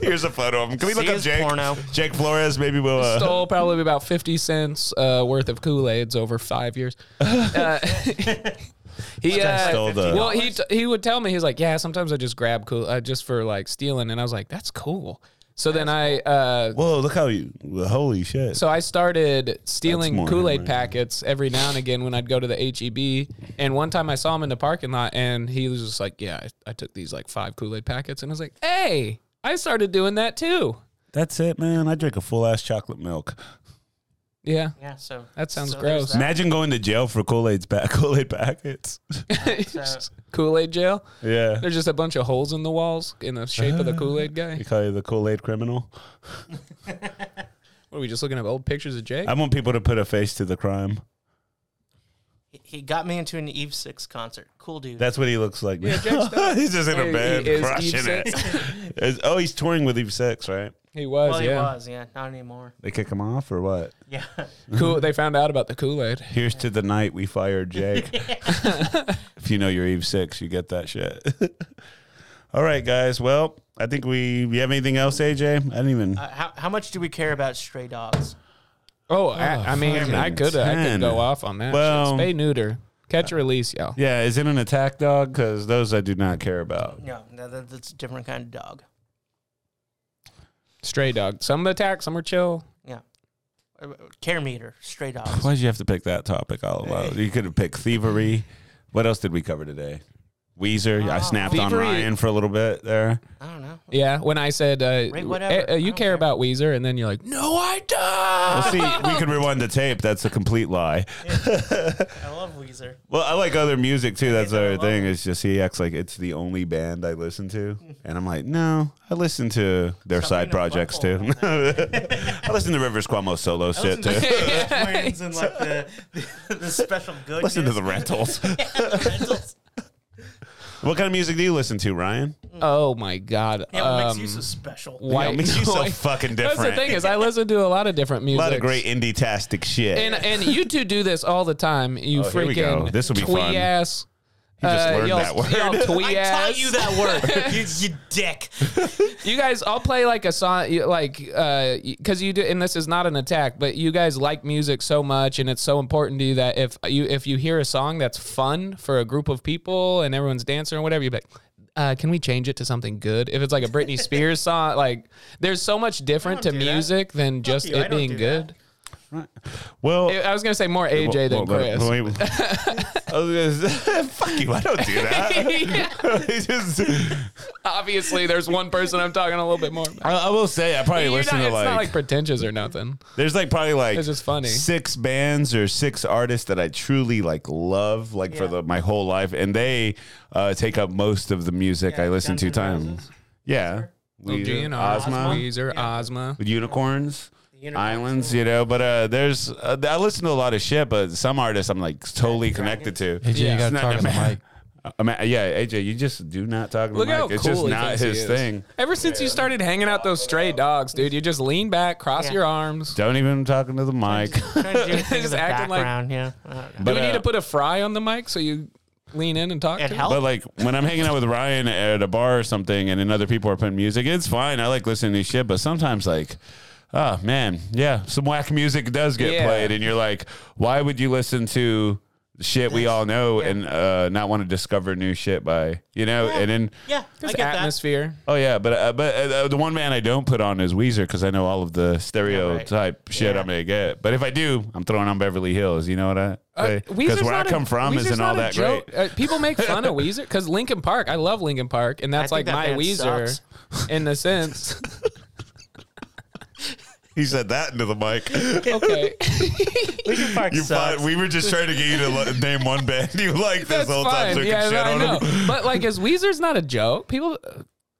Speaker 3: Here's a photo of him. Can we
Speaker 1: See
Speaker 3: look up
Speaker 1: his
Speaker 3: Jake?
Speaker 1: porno.
Speaker 3: Jake Flores. Maybe we'll. Uh,
Speaker 2: Stole probably about fifty cents uh, worth of Kool Aids over five years. Uh, he uh,
Speaker 3: stole the-
Speaker 2: well, he t- he would tell me he's like, yeah, sometimes I just grab Kool uh, just for like stealing, and I was like, that's cool. So then I uh,
Speaker 3: Whoa! Look how you. Holy shit!
Speaker 2: So I started stealing
Speaker 3: more
Speaker 2: Kool Aid
Speaker 3: him right
Speaker 2: packets every now and again when I'd go to the HEB. And one time I saw him in the parking lot and he was just like, Yeah, I, I took these like five Kool Aid packets. And I was like, Hey, I started doing that too.
Speaker 3: That's it, man. I drink a full ass chocolate milk.
Speaker 2: Yeah.
Speaker 1: Yeah. So
Speaker 2: That sounds
Speaker 1: so there's
Speaker 2: gross.
Speaker 1: that.
Speaker 3: Imagine going to jail for Kool Aid's back Kool Aid packets.
Speaker 1: So-
Speaker 2: Kool Aid jail.
Speaker 3: Yeah,
Speaker 2: There's just a bunch of holes in the walls in the shape of the
Speaker 3: Ah.
Speaker 2: Kool Aid guy.
Speaker 3: they call you the Kool Aid criminal.
Speaker 2: What are we just looking up old pictures of Jake?
Speaker 3: I want people to put a face to the crime.
Speaker 1: he- he got me into an Eve Six concert. Cool dude.
Speaker 3: That's what he looks like. now.
Speaker 2: Jake's
Speaker 3: he's just in
Speaker 2: He
Speaker 3: a band
Speaker 2: is Eve
Speaker 3: crushing it.
Speaker 2: Six.
Speaker 3: Is- oh, he's touring with Eve Six, right?
Speaker 2: He was,
Speaker 1: well, he
Speaker 2: yeah.
Speaker 1: was. Yeah. Not anymore.
Speaker 3: They kick him off or what?
Speaker 1: Yeah.
Speaker 2: Cool. They found out about the Kool Aid.
Speaker 3: Here's to the night we fired Jake.
Speaker 1: Uh,
Speaker 3: if you know your Eve Six, you get that shit. All right, guys. Well, I think we. You have anything else, AJ? I didn't even.
Speaker 1: Uh, how, how much do we care about stray dogs?
Speaker 2: Oh, I, I mean,
Speaker 3: fucking
Speaker 2: I could I could
Speaker 3: ten.
Speaker 2: go off on that.
Speaker 3: Well-
Speaker 2: shit.
Speaker 3: uh,
Speaker 2: spay neuter, catch or release, y'all.
Speaker 3: yeah, is it an attack dog? Because those I do not care about.
Speaker 1: No, no, that, that's a different kind of dog.
Speaker 2: Stray dog. Some attack, some are chill.
Speaker 1: Yeah. Uh, Care meter, stray dogs.
Speaker 3: Why'd you have to pick that topic? All about you could have picked thievery. What else did we cover today? Weezer. I snapped on
Speaker 2: Ah, Thievery-
Speaker 3: Ryan for a little bit there.
Speaker 1: I don't know.
Speaker 2: Yeah. When I said, uh,
Speaker 1: Right, whatever.
Speaker 2: eh, uh,
Speaker 1: I
Speaker 2: you
Speaker 1: don't
Speaker 2: care
Speaker 1: care.
Speaker 2: about Weezer, and then you're like, no, I don't.
Speaker 3: Well, see, we could rewind the tape. That's a complete lie.
Speaker 1: I love Weezer.
Speaker 3: Well, I like other music too. That's the
Speaker 1: I
Speaker 3: other
Speaker 1: love
Speaker 3: thing. It's just he acts like it's the only band I listen to, and I'm like, no, I listen to their side
Speaker 1: Sabrina
Speaker 3: projects too.
Speaker 1: Buckle.
Speaker 3: I listen to Rivers Cuomo solo shit too.
Speaker 1: Twins and like the, the, the special good.
Speaker 3: listen to the rentals.
Speaker 1: rentals.
Speaker 3: what kind of music do you listen to, Ryan?
Speaker 2: Oh my god.
Speaker 1: Yeah, what makes
Speaker 2: Um,
Speaker 1: you so special?
Speaker 2: white
Speaker 3: Yeah, makes you so
Speaker 2: noise.
Speaker 3: fucking
Speaker 2: That's the
Speaker 3: different.
Speaker 2: thing is, I listen to a lot of different
Speaker 3: A
Speaker 2: music.
Speaker 3: lot of great indie tastic shit.
Speaker 2: And and you two do this all the time. You
Speaker 3: Oh, here we go.
Speaker 2: freaking
Speaker 3: This will be
Speaker 2: twee
Speaker 3: fun.
Speaker 2: ass.
Speaker 3: he just
Speaker 2: uh,
Speaker 3: learned
Speaker 2: y'all-
Speaker 3: that word.
Speaker 2: Y'all twee
Speaker 1: I
Speaker 2: ass.
Speaker 1: taught you that word, you, you dick.
Speaker 2: You guys, I'll play like a song, you- like, uh, cause you do, and this is not an attack, but you guys like music so much, and it's so important to you that if you if you hear a song that's fun for a group of people and everyone's dancing or whatever, you're like, uh, can we change it to something good? If it's like a Britney Spears song, like, there's so much different to
Speaker 1: do that.
Speaker 2: music than just
Speaker 1: you, I
Speaker 2: it
Speaker 1: don't
Speaker 2: being
Speaker 1: do
Speaker 2: good.
Speaker 3: Well,
Speaker 2: I was gonna say more AJ than
Speaker 3: well, let-
Speaker 2: Chris.
Speaker 3: let me- I was gonna say, fuck you. I don't do that. It's just-
Speaker 2: Obviously, there's one person I'm talking a little bit more. About.
Speaker 3: I, I will say I probably
Speaker 2: You're
Speaker 3: listen
Speaker 2: not-
Speaker 3: to
Speaker 2: it's
Speaker 3: like,
Speaker 2: not like pretentious or nothing.
Speaker 3: there's like probably like
Speaker 2: It's just funny.
Speaker 3: six bands or six artists that I truly like love like for the, my whole life, and they uh, take up most of the music I listen to.
Speaker 1: Guns N'
Speaker 3: Time,
Speaker 1: Roses.
Speaker 3: yeah, Weezer,
Speaker 2: Gene, uh,
Speaker 3: Ozma.
Speaker 2: Weezer, Ozma.
Speaker 3: unicorns,
Speaker 1: unicorns,
Speaker 3: islands, you know. But uh, there's, uh, I listen to a lot of shit, but some artists I'm like totally connected to.
Speaker 5: AJ,
Speaker 2: Yeah.
Speaker 5: you got
Speaker 3: It's
Speaker 5: to
Speaker 3: not-
Speaker 5: talk to the mic.
Speaker 3: I mean, yeah, AJ, you just do not talk to
Speaker 2: Look
Speaker 3: the mic.
Speaker 2: how
Speaker 3: it's
Speaker 2: cool
Speaker 3: just
Speaker 2: he
Speaker 3: not
Speaker 2: thinks he
Speaker 3: his
Speaker 2: is.
Speaker 3: thing.
Speaker 2: Ever since you started hanging out those stray dogs, dude, you just lean back, cross
Speaker 1: Yeah.
Speaker 2: your arms.
Speaker 3: Don't even talking to the mic.
Speaker 1: Trying to do anything in
Speaker 2: Just
Speaker 1: the
Speaker 2: acting like-
Speaker 1: background, yeah. Uh, I don't know.
Speaker 2: Do we
Speaker 3: uh,
Speaker 2: need to put a fry on the mic so you lean in and talk?
Speaker 1: It
Speaker 2: to him?
Speaker 1: helps.
Speaker 3: But like when I'm hanging out with Ryan at a bar or something, and then other people are putting music, it's fine. I like listening to shit, but sometimes like. Oh man, yeah, some whack music does get
Speaker 2: Yeah.
Speaker 3: played, and you're like, why would you listen to shit we all know and uh, not want to discover new shit by, you know? And then,
Speaker 1: yeah, I
Speaker 2: It's
Speaker 1: get that.
Speaker 2: atmosphere.
Speaker 3: oh yeah, but uh, but uh, the one man I don't put on is Weezer because I know all of the stereotype shit
Speaker 1: Yeah.
Speaker 3: I'm gonna get. But if I do, I'm throwing on Beverly Hills. You know what I?
Speaker 2: Uh,
Speaker 3: Because
Speaker 2: Weezer's
Speaker 3: where I
Speaker 2: not a-
Speaker 3: come from
Speaker 2: Weezer's
Speaker 3: isn't all
Speaker 2: not
Speaker 3: that
Speaker 2: a
Speaker 3: great.
Speaker 2: joke. Uh, people make fun of Weezer because Lincoln Park. I love Lincoln Park, and that's
Speaker 1: I
Speaker 2: like
Speaker 1: think that
Speaker 2: my
Speaker 1: band
Speaker 2: Weezer in the sense.
Speaker 3: He said that into the mic.
Speaker 2: Okay,
Speaker 1: Linkin Park
Speaker 3: You
Speaker 1: sucks.
Speaker 3: fine. We were just trying to get you to lo- name one band you like this
Speaker 2: that's
Speaker 3: whole time
Speaker 2: fine.
Speaker 3: so we
Speaker 2: yeah,
Speaker 3: could shit
Speaker 2: I
Speaker 3: on
Speaker 2: know.
Speaker 3: him.
Speaker 2: but like, is Weezer's not a joke? People,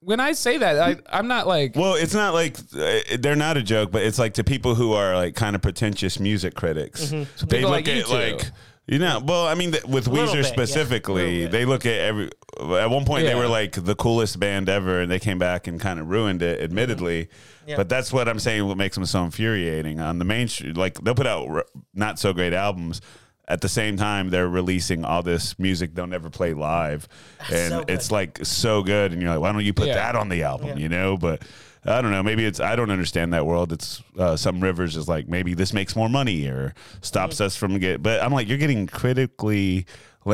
Speaker 2: when I say that, I, I'm not like.
Speaker 3: Well, it's not like uh, they're not a joke, but it's like to people who are like kind of pretentious music critics, they
Speaker 2: people
Speaker 3: look
Speaker 2: like you
Speaker 3: at
Speaker 2: two.
Speaker 3: like you know. Well, I mean, th- with
Speaker 1: little
Speaker 3: Weezer
Speaker 1: bit, yeah.
Speaker 3: specifically, they look at every. At one point,
Speaker 2: Yeah.
Speaker 3: they were like the coolest band ever, and they came back and kind of ruined it, admittedly. But that's what I'm saying. What makes them so infuriating on the mainstream? Like they'll put out r- not so great albums. At the same time, they're releasing all this music they'll never play live, and
Speaker 1: so good.
Speaker 3: it's like so good. And you're like, why don't you put
Speaker 2: Yeah.
Speaker 3: that on the album? You know, but I don't know. Maybe it's I don't understand that world. It's uh, some Rivers is like maybe this makes more money or stops us from get. But I'm like, you're getting critically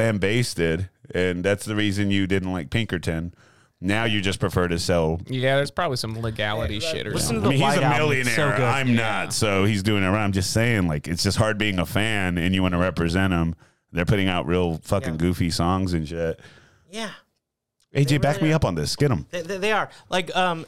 Speaker 3: lambasted, and that's the reason you didn't like Pinkerton. Now you just prefer to sell.
Speaker 2: Yeah, there's probably some legality shit or
Speaker 1: Listen
Speaker 2: something.
Speaker 1: to
Speaker 3: I
Speaker 1: the
Speaker 3: mean, he's
Speaker 1: White
Speaker 3: a
Speaker 1: Album. So
Speaker 3: millionaire.
Speaker 1: good.
Speaker 3: I'm not, so he's doing it right. I'm just saying, like, it's just hard being a fan and you want to represent him. They're putting out real fucking
Speaker 1: Yeah.
Speaker 3: goofy songs and shit.
Speaker 1: yeah.
Speaker 3: AJ, back
Speaker 1: really
Speaker 3: me
Speaker 1: are.
Speaker 3: up on this. Get him.
Speaker 1: They, they, they are like um,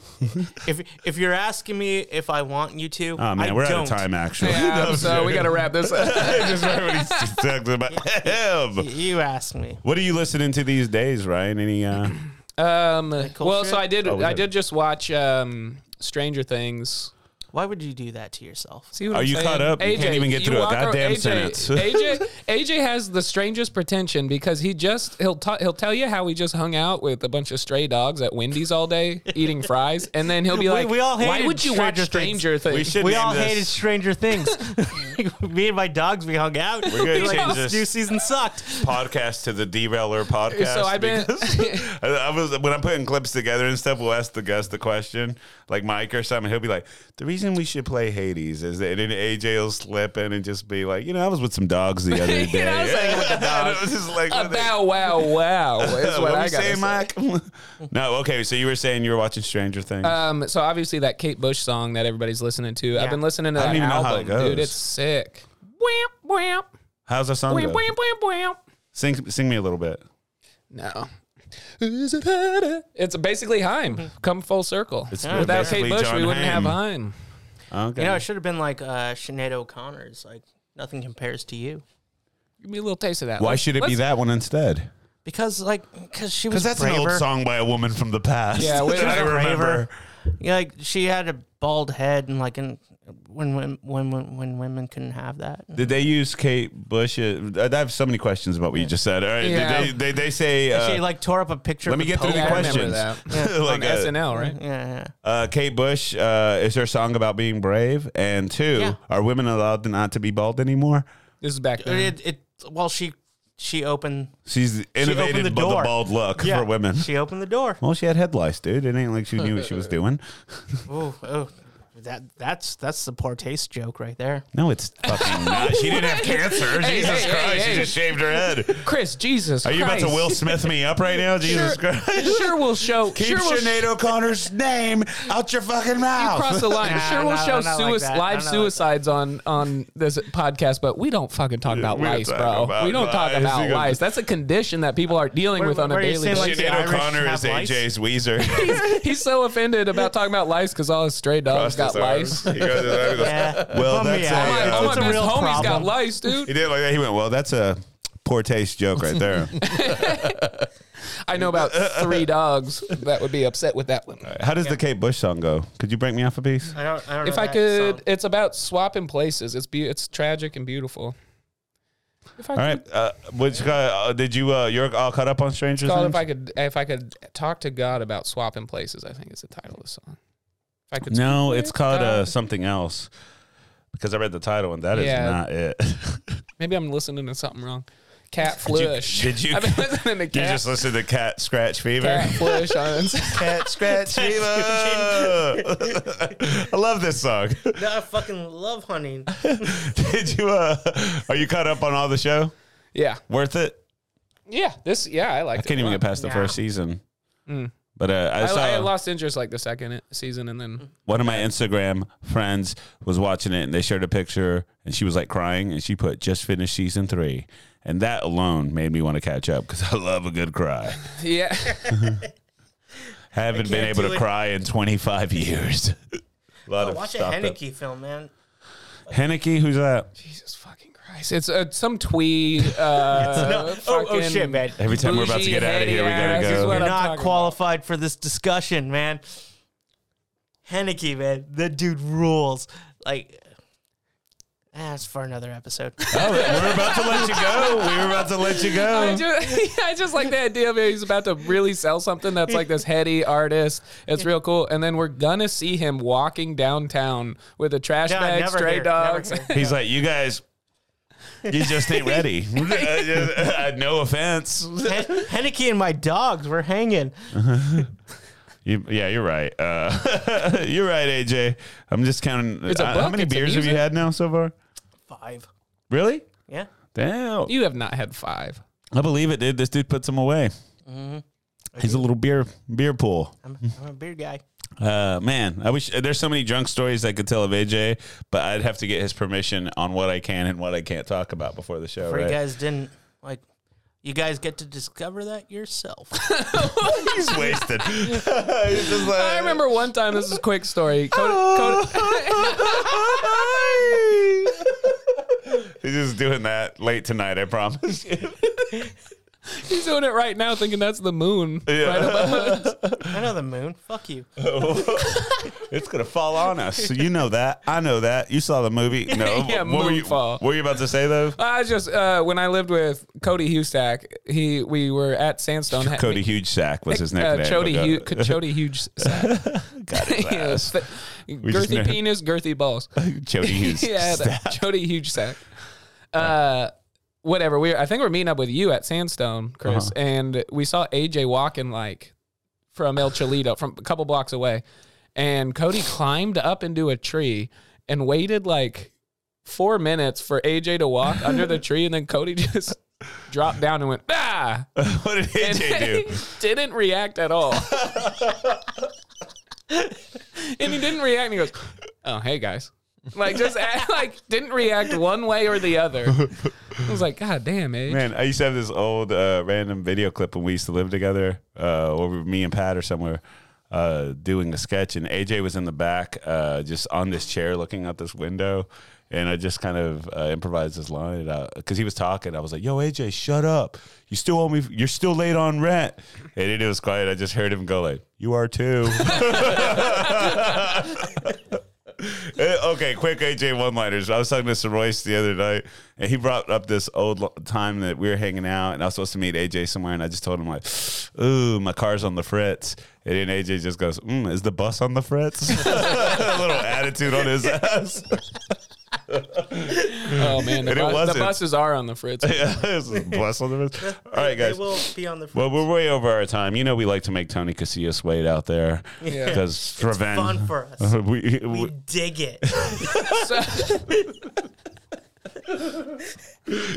Speaker 1: if if you're asking me if I want you to,
Speaker 3: Oh man,
Speaker 1: I
Speaker 3: we're
Speaker 1: don't.
Speaker 3: out of time. Actually,
Speaker 2: Yeah,
Speaker 3: I'm
Speaker 2: so we
Speaker 3: serious.
Speaker 2: got to wrap this up.
Speaker 3: just right when he's just talking about him.
Speaker 1: You asked me.
Speaker 3: What are you listening to these days, Ryan? Any uh
Speaker 2: Um,
Speaker 1: cool
Speaker 2: well,
Speaker 1: shit?
Speaker 2: so I did.
Speaker 3: we
Speaker 2: I
Speaker 3: did.
Speaker 2: did just watch um, Stranger Things.
Speaker 1: Why would you do that to yourself?
Speaker 2: See what
Speaker 3: Are
Speaker 2: I'm
Speaker 3: you
Speaker 2: saying?
Speaker 3: caught up? You can't even get through a
Speaker 2: walk ar-
Speaker 3: goddamn
Speaker 2: AJ,
Speaker 3: sentence.
Speaker 2: AJ, AJ has the strangest pretension because he just he'll t- he'll tell you how he just hung out with a bunch of stray dogs at Wendy's all day eating fries, and then he'll be
Speaker 1: We-
Speaker 2: like,
Speaker 1: we all
Speaker 2: "Why
Speaker 1: hated
Speaker 2: would you watch Stranger
Speaker 1: Stranger
Speaker 2: Things?"
Speaker 3: we should
Speaker 1: we
Speaker 3: name
Speaker 1: all
Speaker 3: this-
Speaker 1: hated Stranger Things. me and my dogs, we hung out. We're
Speaker 3: gonna change
Speaker 1: this
Speaker 3: this.
Speaker 1: new season sucked.
Speaker 3: podcast to the derailer podcast.
Speaker 2: So I've been-
Speaker 3: because I I was when I'm putting clips together and stuff, we'll ask the guest the question, like Mike or something. He'll be like, "The reason we should play Hades is that." And then AJ will slip in and just be like, "You know, I was with some dogs the other day."
Speaker 2: You know, I was hanging with the
Speaker 3: And
Speaker 2: dogs.
Speaker 3: it was just like,
Speaker 2: A
Speaker 3: what the-
Speaker 2: bow wow wow is what,
Speaker 3: what
Speaker 2: I
Speaker 3: we
Speaker 2: got
Speaker 3: say,
Speaker 2: to say.
Speaker 3: Mike? no, okay. So you were saying you were watching Stranger Things.
Speaker 2: Um, so obviously that Kate Bush song that everybody's listening to, I've been listening to
Speaker 3: I
Speaker 2: that
Speaker 3: don't even know how
Speaker 2: album,
Speaker 3: it goes.
Speaker 2: dude. It's sick. Wham, wham,
Speaker 3: How's the song?
Speaker 2: wham,
Speaker 3: Go?
Speaker 2: wham, wham, wham.
Speaker 3: Sing, sing me a little bit.
Speaker 2: No. Is it harder? It's basically Heim. Come full circle.
Speaker 3: It's
Speaker 2: Without
Speaker 3: basically
Speaker 2: Kate Bush,
Speaker 3: John
Speaker 2: we wouldn't
Speaker 3: Hamm.
Speaker 2: have Heim.
Speaker 3: Okay.
Speaker 1: You know, it should have been like uh, Sinead O'Connor's, like nothing compares to you,
Speaker 2: Give me a little taste of that.
Speaker 3: Why
Speaker 2: Let's-
Speaker 3: should it be
Speaker 2: let's-
Speaker 3: that one instead?
Speaker 1: because like because she
Speaker 3: Because
Speaker 1: was
Speaker 3: that's an
Speaker 1: braver.
Speaker 3: old song by a woman from the past.
Speaker 2: Yeah, wait,
Speaker 3: that I
Speaker 2: Braver.
Speaker 3: remember.
Speaker 1: Yeah, like she had a bald head and like and when when when when, when women couldn't have that.
Speaker 3: Did they use Kate Bush? uh, I have so many questions about what you just said. All right,
Speaker 2: Yeah.
Speaker 3: did they, they they say. Uh,
Speaker 1: she like tore up a picture.
Speaker 3: let
Speaker 1: of
Speaker 3: me
Speaker 1: the
Speaker 3: get through
Speaker 1: Pope.
Speaker 3: the
Speaker 2: Yeah, I remember
Speaker 3: questions.
Speaker 2: that.
Speaker 3: like
Speaker 2: on
Speaker 3: uh,
Speaker 2: SNL, right?
Speaker 1: Yeah, yeah.
Speaker 3: uh, Kate Bush uh, is her song about being brave, and two,
Speaker 1: Yeah.
Speaker 3: are women allowed to not to be bald anymore?
Speaker 2: This is back then.
Speaker 3: Um,
Speaker 1: It, it well she she opened
Speaker 3: She's innovated
Speaker 1: opened the
Speaker 3: bu-
Speaker 1: door.
Speaker 3: bald look
Speaker 1: yeah,
Speaker 3: for women.
Speaker 1: She opened the door.
Speaker 3: well, she had head lice, dude. It ain't like she knew what she was doing.
Speaker 1: Oh, oh. That that's that's the poor taste joke right there.
Speaker 3: No, it's fucking not. She didn't have cancer.
Speaker 2: Hey,
Speaker 3: Jesus
Speaker 2: hey,
Speaker 3: Christ.
Speaker 2: hey,
Speaker 3: She
Speaker 2: hey.
Speaker 3: just shaved her head.
Speaker 2: Chris, Jesus,
Speaker 3: Are you about to
Speaker 2: Christ.
Speaker 3: Will Smith me up right now? Jesus
Speaker 2: Sure,
Speaker 3: Christ.
Speaker 2: sure will show.
Speaker 3: Keep
Speaker 2: sure will
Speaker 3: Sinead O'Connor's name out your fucking mouth.
Speaker 2: cross the line.
Speaker 1: Oh. Nah,
Speaker 2: sure, we'll
Speaker 1: no,
Speaker 2: show
Speaker 1: not
Speaker 2: sui-
Speaker 1: like that.
Speaker 2: live
Speaker 1: Not like
Speaker 2: suicides on on this podcast, but we don't fucking talk about
Speaker 3: we don't
Speaker 2: lice,
Speaker 3: talk
Speaker 2: bro.
Speaker 3: about
Speaker 2: we don't talk
Speaker 3: lice.
Speaker 2: about
Speaker 3: You go-
Speaker 2: lice. That's a condition that people are dealing
Speaker 1: Where-
Speaker 2: with on a
Speaker 1: where you
Speaker 2: daily
Speaker 1: saying, like,
Speaker 2: basis.
Speaker 1: the
Speaker 3: Sinead
Speaker 1: Irish
Speaker 3: O'Connor
Speaker 1: have
Speaker 3: is
Speaker 1: lice?
Speaker 3: AJ's Weezer.
Speaker 2: He's so offended about talking about lice because all his stray dogs
Speaker 3: Crossed his
Speaker 2: got lice.
Speaker 3: arms. He goes, he goes,
Speaker 1: Yeah.
Speaker 3: Well,
Speaker 1: Bum me
Speaker 3: that's
Speaker 1: out.
Speaker 3: a,
Speaker 2: My,
Speaker 3: uh,
Speaker 1: It's-
Speaker 2: all my
Speaker 1: it's a
Speaker 2: best
Speaker 1: real
Speaker 2: homies got
Speaker 1: problem.
Speaker 2: lice,
Speaker 3: He
Speaker 2: dude.
Speaker 3: did it like that. He went, "Well, that's a poor taste joke right there."
Speaker 2: I know about three dogs that would be upset with that one.
Speaker 3: How does the Kate Bush song go? Could you break me off a piece?
Speaker 1: I don't, I don't
Speaker 2: If
Speaker 1: know
Speaker 2: I
Speaker 1: that
Speaker 2: could,
Speaker 1: song.
Speaker 2: it's about swapping places. It's be, it's tragic and beautiful. If I
Speaker 3: All right. Uh, which uh, uh, did you? Uh, you're all caught up on Stranger
Speaker 2: It's called if
Speaker 3: Things.
Speaker 2: I could if I could talk to God about swapping places. I think is the title of the song. If I could,
Speaker 3: no,
Speaker 2: speak
Speaker 3: it's
Speaker 2: with
Speaker 3: called uh,
Speaker 2: God.
Speaker 3: something else. Because I read the title and that is
Speaker 2: Yeah.
Speaker 3: not it.
Speaker 2: Maybe I'm listening to something wrong. Cat
Speaker 3: Did you-
Speaker 2: flush.
Speaker 3: Did you?
Speaker 2: I've been listening to
Speaker 3: you
Speaker 2: cat,
Speaker 3: just listen to Cat Scratch Fever.
Speaker 2: cat flush on.
Speaker 3: Cat Scratch Fever. I love this song.
Speaker 1: No, I fucking love hunting.
Speaker 3: Did you? Uh, are you caught up on all the show?
Speaker 2: Yeah,
Speaker 3: Worth it?
Speaker 2: yeah. This, yeah, I
Speaker 3: I
Speaker 2: liked
Speaker 3: can't
Speaker 2: it. a
Speaker 3: even
Speaker 2: lot.
Speaker 3: get past the
Speaker 1: Nah.
Speaker 3: first season.
Speaker 2: Mm.
Speaker 3: But uh, I,
Speaker 2: I,
Speaker 3: saw.
Speaker 2: I lost interest like the second season, and then
Speaker 3: one of my Instagram friends was watching it and they shared a picture and she was like crying and she put just finished season three. And that alone made me want to catch up because I love a good cry.
Speaker 2: yeah,
Speaker 3: Haven't been
Speaker 1: can't
Speaker 3: able
Speaker 1: do
Speaker 3: to
Speaker 1: it.
Speaker 3: cry in 25 years. a lot
Speaker 1: Oh,
Speaker 3: of
Speaker 1: watch a
Speaker 3: stuff.
Speaker 1: Henneke film, man.
Speaker 3: Henneke, who's that?
Speaker 2: Jesus fucking Christ! It's uh, some tweed. Uh,
Speaker 1: oh, oh
Speaker 2: fucking
Speaker 1: shit, man.
Speaker 3: Every time we're about to
Speaker 2: bougie
Speaker 3: get out of here, we gotta
Speaker 2: heady-ass is
Speaker 3: go.
Speaker 2: what
Speaker 1: You're
Speaker 2: I'm
Speaker 1: not
Speaker 2: talking
Speaker 1: qualified for this discussion, man. Henneke, man, that dude rules. Like, that's for another episode.
Speaker 3: Oh, we're about to let you go. We were about to let you
Speaker 2: I
Speaker 3: go.
Speaker 2: just, I just like the idea of it. He's about to really sell something that's like this heady artist. It's real cool. And then we're gonna see him walking downtown with a trash
Speaker 1: No,
Speaker 2: bag,
Speaker 1: never
Speaker 2: stray
Speaker 1: here, never
Speaker 2: dogs.
Speaker 1: here.
Speaker 3: He's like, you guys, you just ain't ready. uh, no offense.
Speaker 1: Hen- Henneke and my dogs, we're hanging.
Speaker 3: You, yeah, you're right. Uh, you're right, AJ. I'm just counting.
Speaker 2: It's a
Speaker 3: uh, how
Speaker 2: book,
Speaker 3: many
Speaker 2: it's a
Speaker 3: beers have you
Speaker 2: music.
Speaker 3: had now so far?
Speaker 1: Five.
Speaker 3: Really?
Speaker 1: Yeah.
Speaker 3: Damn.
Speaker 2: You have not had five.
Speaker 3: I believe it, dude. This dude puts them away.
Speaker 2: Mm-hmm.
Speaker 3: He's a little beer beer pool.
Speaker 1: I'm, I'm a beer guy.
Speaker 3: Uh, man, I wish there's so many drunk stories I could tell of AJ, but I'd have to get his permission on what I can and what I can't talk about before the show.
Speaker 1: For you
Speaker 3: Right?
Speaker 1: guys didn't, like, you guys get to discover that yourself.
Speaker 3: He's wasted. He's just
Speaker 1: Uh,
Speaker 3: like-
Speaker 2: I remember one time. This is a quick story. Cody,
Speaker 1: Oh.
Speaker 3: He's just doing that late tonight. I promise.
Speaker 2: Cody- he's doing it right now, thinking that's the moon. Right above us.
Speaker 1: I know the moon. Fuck you.
Speaker 3: It's gonna fall on us. You know that. I know that. You saw the movie. No.
Speaker 2: Yeah,
Speaker 3: what were you?
Speaker 2: Moonfall.
Speaker 3: What were you about to say though?
Speaker 2: I was just uh, when I lived with Cody Hustack, he we were at Sandstone.
Speaker 3: Cody Huge Sack was his
Speaker 2: Uh,
Speaker 3: nickname.
Speaker 2: Chody,
Speaker 3: Okay.
Speaker 2: Hu- Chody Huge.
Speaker 3: Got his ass.
Speaker 2: Th-
Speaker 3: just
Speaker 2: girthy
Speaker 3: know-
Speaker 2: penis, girthy balls.
Speaker 3: Chody Huge.
Speaker 2: yeah,
Speaker 3: Sack.
Speaker 2: that Jody huge sack. Uh, whatever. We I think we're meeting up with you at Sandstone, Chris, and we saw AJ walking like from El Cholito, from a couple blocks away, and Cody climbed up into a tree and waited like four minutes for AJ to walk under the tree, and then Cody just dropped down and went ah,
Speaker 3: what did
Speaker 2: and
Speaker 3: AJ do?
Speaker 2: didn't react at all. and he didn't react. And he goes, "Oh, hey guys." Like just act, like didn't react one way or the other. I was like, "God damn, eh?"
Speaker 3: Man, I used to have this old uh, random video clip when we used to live together, uh, or me and Pat or somewhere, uh, doing a sketch, and AJ was in the back, uh, just on this chair, looking out this window, and I just kind of uh, improvised this line because he was talking. I was like, "Yo, AJ, shut up! You still owe me. You're still late on rent." And it was quiet. I just heard him go like, "You are too." Eh, okay, quick AJ one liners. I was talking to Sir Royce the other night, and he brought up this old lo- time that we were hanging out, and I was supposed to meet AJ somewhere, and I just told him like, "Ooh, my car's on the fritz," and then AJ just goes, mm, "Is the bus on the fritz?" A little attitude on his ass.
Speaker 2: Oh man, the,
Speaker 3: And it
Speaker 2: bus- the
Speaker 3: wasn't.
Speaker 2: buses are on the fritz.
Speaker 3: This is blessed on the wrist. All right,
Speaker 1: They
Speaker 3: guys.
Speaker 1: will be on the
Speaker 3: Well, we're way over our time. You know, we like to make Tony Casillas wait out there
Speaker 2: Yeah.
Speaker 3: because revenge.
Speaker 1: fun for us.
Speaker 3: we,
Speaker 1: We
Speaker 3: we,
Speaker 1: dig it.
Speaker 2: So-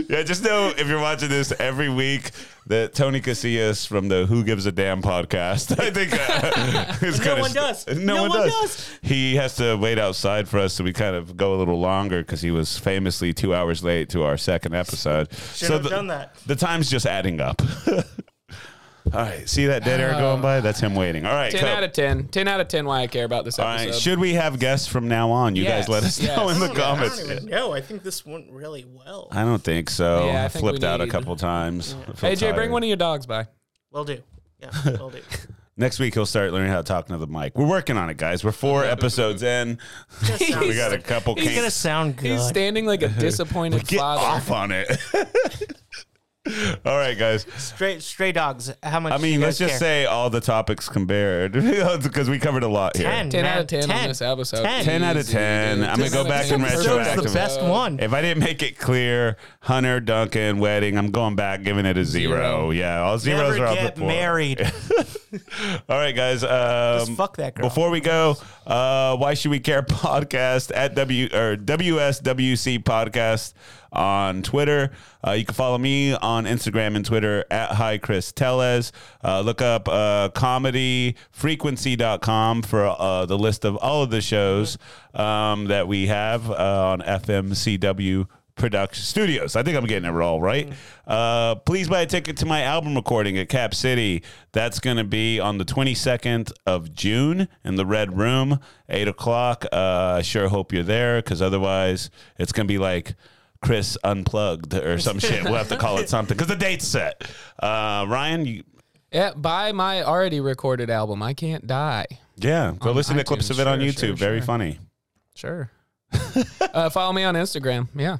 Speaker 3: yeah, just know if you're watching this every week that Tony Casillas from the Who Gives a Damn podcast, I think, uh, is
Speaker 1: No
Speaker 3: kinda
Speaker 1: one
Speaker 3: st-
Speaker 1: does.
Speaker 3: No, one, does. He has to wait outside for us, so we kind of go a little longer because he was famously two hours late to our second episode.
Speaker 1: Should
Speaker 3: so
Speaker 1: have
Speaker 3: the,
Speaker 1: done that.
Speaker 3: the time's just adding up. All right, see that dead
Speaker 1: Oh.
Speaker 3: air going by? That's him waiting. All right,
Speaker 2: ten
Speaker 3: Cope.
Speaker 2: out of ten. Ten out of ten. Why I care about this
Speaker 3: All right,
Speaker 2: episode.
Speaker 3: should we have guests from now on? You
Speaker 2: Yes,
Speaker 3: guys let us
Speaker 2: yes.
Speaker 3: know in the
Speaker 1: I don't know.
Speaker 3: comments.
Speaker 1: I don't even know. I think this went really well.
Speaker 3: I don't think so.
Speaker 2: Yeah, I
Speaker 3: I
Speaker 2: think
Speaker 3: Flipped
Speaker 2: we
Speaker 3: out a
Speaker 2: need-
Speaker 3: couple times. I feel
Speaker 2: AJ, bring
Speaker 3: tired.
Speaker 2: one of your dogs by.
Speaker 1: Will do. Yeah, will do.
Speaker 3: Next week he'll start learning how to talk into the mic. We're working on it, guys. We're four episodes in. we got a couple.
Speaker 1: He's gonna sound good.
Speaker 2: He's standing like a disappointed
Speaker 3: Get
Speaker 2: father.
Speaker 3: off on it. All right, guys.
Speaker 1: stray stray dogs. How much?
Speaker 3: I
Speaker 1: do
Speaker 3: mean,
Speaker 1: you
Speaker 3: let's
Speaker 1: guys
Speaker 3: just
Speaker 1: care?
Speaker 3: say all the topics compared because we covered a lot here.
Speaker 1: ten.
Speaker 2: Ten
Speaker 1: man.
Speaker 2: out of ten, on this episode.
Speaker 1: 10.
Speaker 3: 10 out of 10. I'm gonna go back and
Speaker 1: This episode is the best one.
Speaker 3: If I didn't make it clear, Hunter, Duncan, wedding, I'm going back, giving it a zero.
Speaker 2: Zero.
Speaker 3: Yeah, all zeros
Speaker 1: Never
Speaker 3: are off
Speaker 1: get
Speaker 3: the board.
Speaker 1: married.
Speaker 3: All right, guys. Um,
Speaker 1: Just fuck that girl.
Speaker 3: Before we go, uh, why should we care podcast at W or WSWC podcast on Twitter. Uh, you can follow me on Instagram and Twitter at Hi Chris Teles. Uh, look up uh, comedyfrequency.com for uh, the list of all of the shows um, that we have uh, on FMCW production studios. I think I'm getting it all
Speaker 2: Mm.
Speaker 3: right. Uh, please buy a ticket to my album recording at Cap City. That's going to be on the 22nd of June in the Red Room, eight o'clock. Uh, I sure hope you're there because otherwise it's going to be like. Chris unplugged or some shit. We'll have to call it something because the date's set. Uh, Ryan, you,
Speaker 2: Yeah, buy my already recorded album. I can't die.
Speaker 3: yeah, go
Speaker 2: On
Speaker 3: listen to clips
Speaker 2: iTunes,
Speaker 3: of it on
Speaker 2: sure,
Speaker 3: YouTube.
Speaker 2: sure,
Speaker 3: Very
Speaker 2: sure.
Speaker 3: funny.
Speaker 2: Sure. uh, follow me on Instagram. Yeah.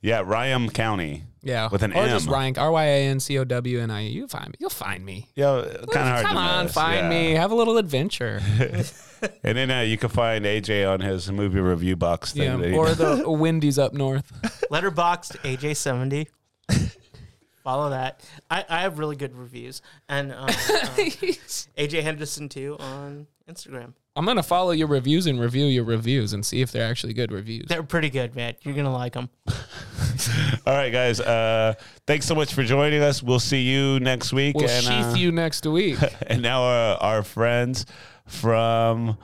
Speaker 3: Yeah, Ryan County.
Speaker 2: Yeah.
Speaker 3: With an
Speaker 2: or
Speaker 3: M.
Speaker 2: just Ryan R Y A N C O W N I E. You find me. You'll find me.
Speaker 3: Yeah, kind of hard.
Speaker 2: Come
Speaker 3: to
Speaker 2: on,
Speaker 3: miss.
Speaker 2: find
Speaker 3: Yeah.
Speaker 2: me. Have a little adventure.
Speaker 3: And then uh, you can find AJ on his movie review box thing.
Speaker 2: yeah.
Speaker 3: that he
Speaker 2: Or the Windies up north.
Speaker 1: Letterboxed AJ seventy. Follow that. I, I have really good reviews and um, um, AJ Henderson too on Instagram.
Speaker 2: I'm gonna follow your reviews and review your reviews and see if they're actually good reviews.
Speaker 1: They're pretty good, man. You're gonna like them.
Speaker 3: All right, guys. Uh, thanks so much for joining us. We'll see you next week.
Speaker 2: We'll
Speaker 3: and,
Speaker 2: sheath
Speaker 3: uh,
Speaker 2: you next week.
Speaker 3: and now uh, our friends from.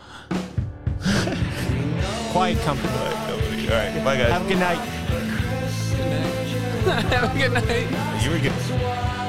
Speaker 1: Quiet company.
Speaker 3: All right, bye,
Speaker 1: Have
Speaker 3: guys.
Speaker 1: a good night.
Speaker 2: Have a good night.
Speaker 3: You were good.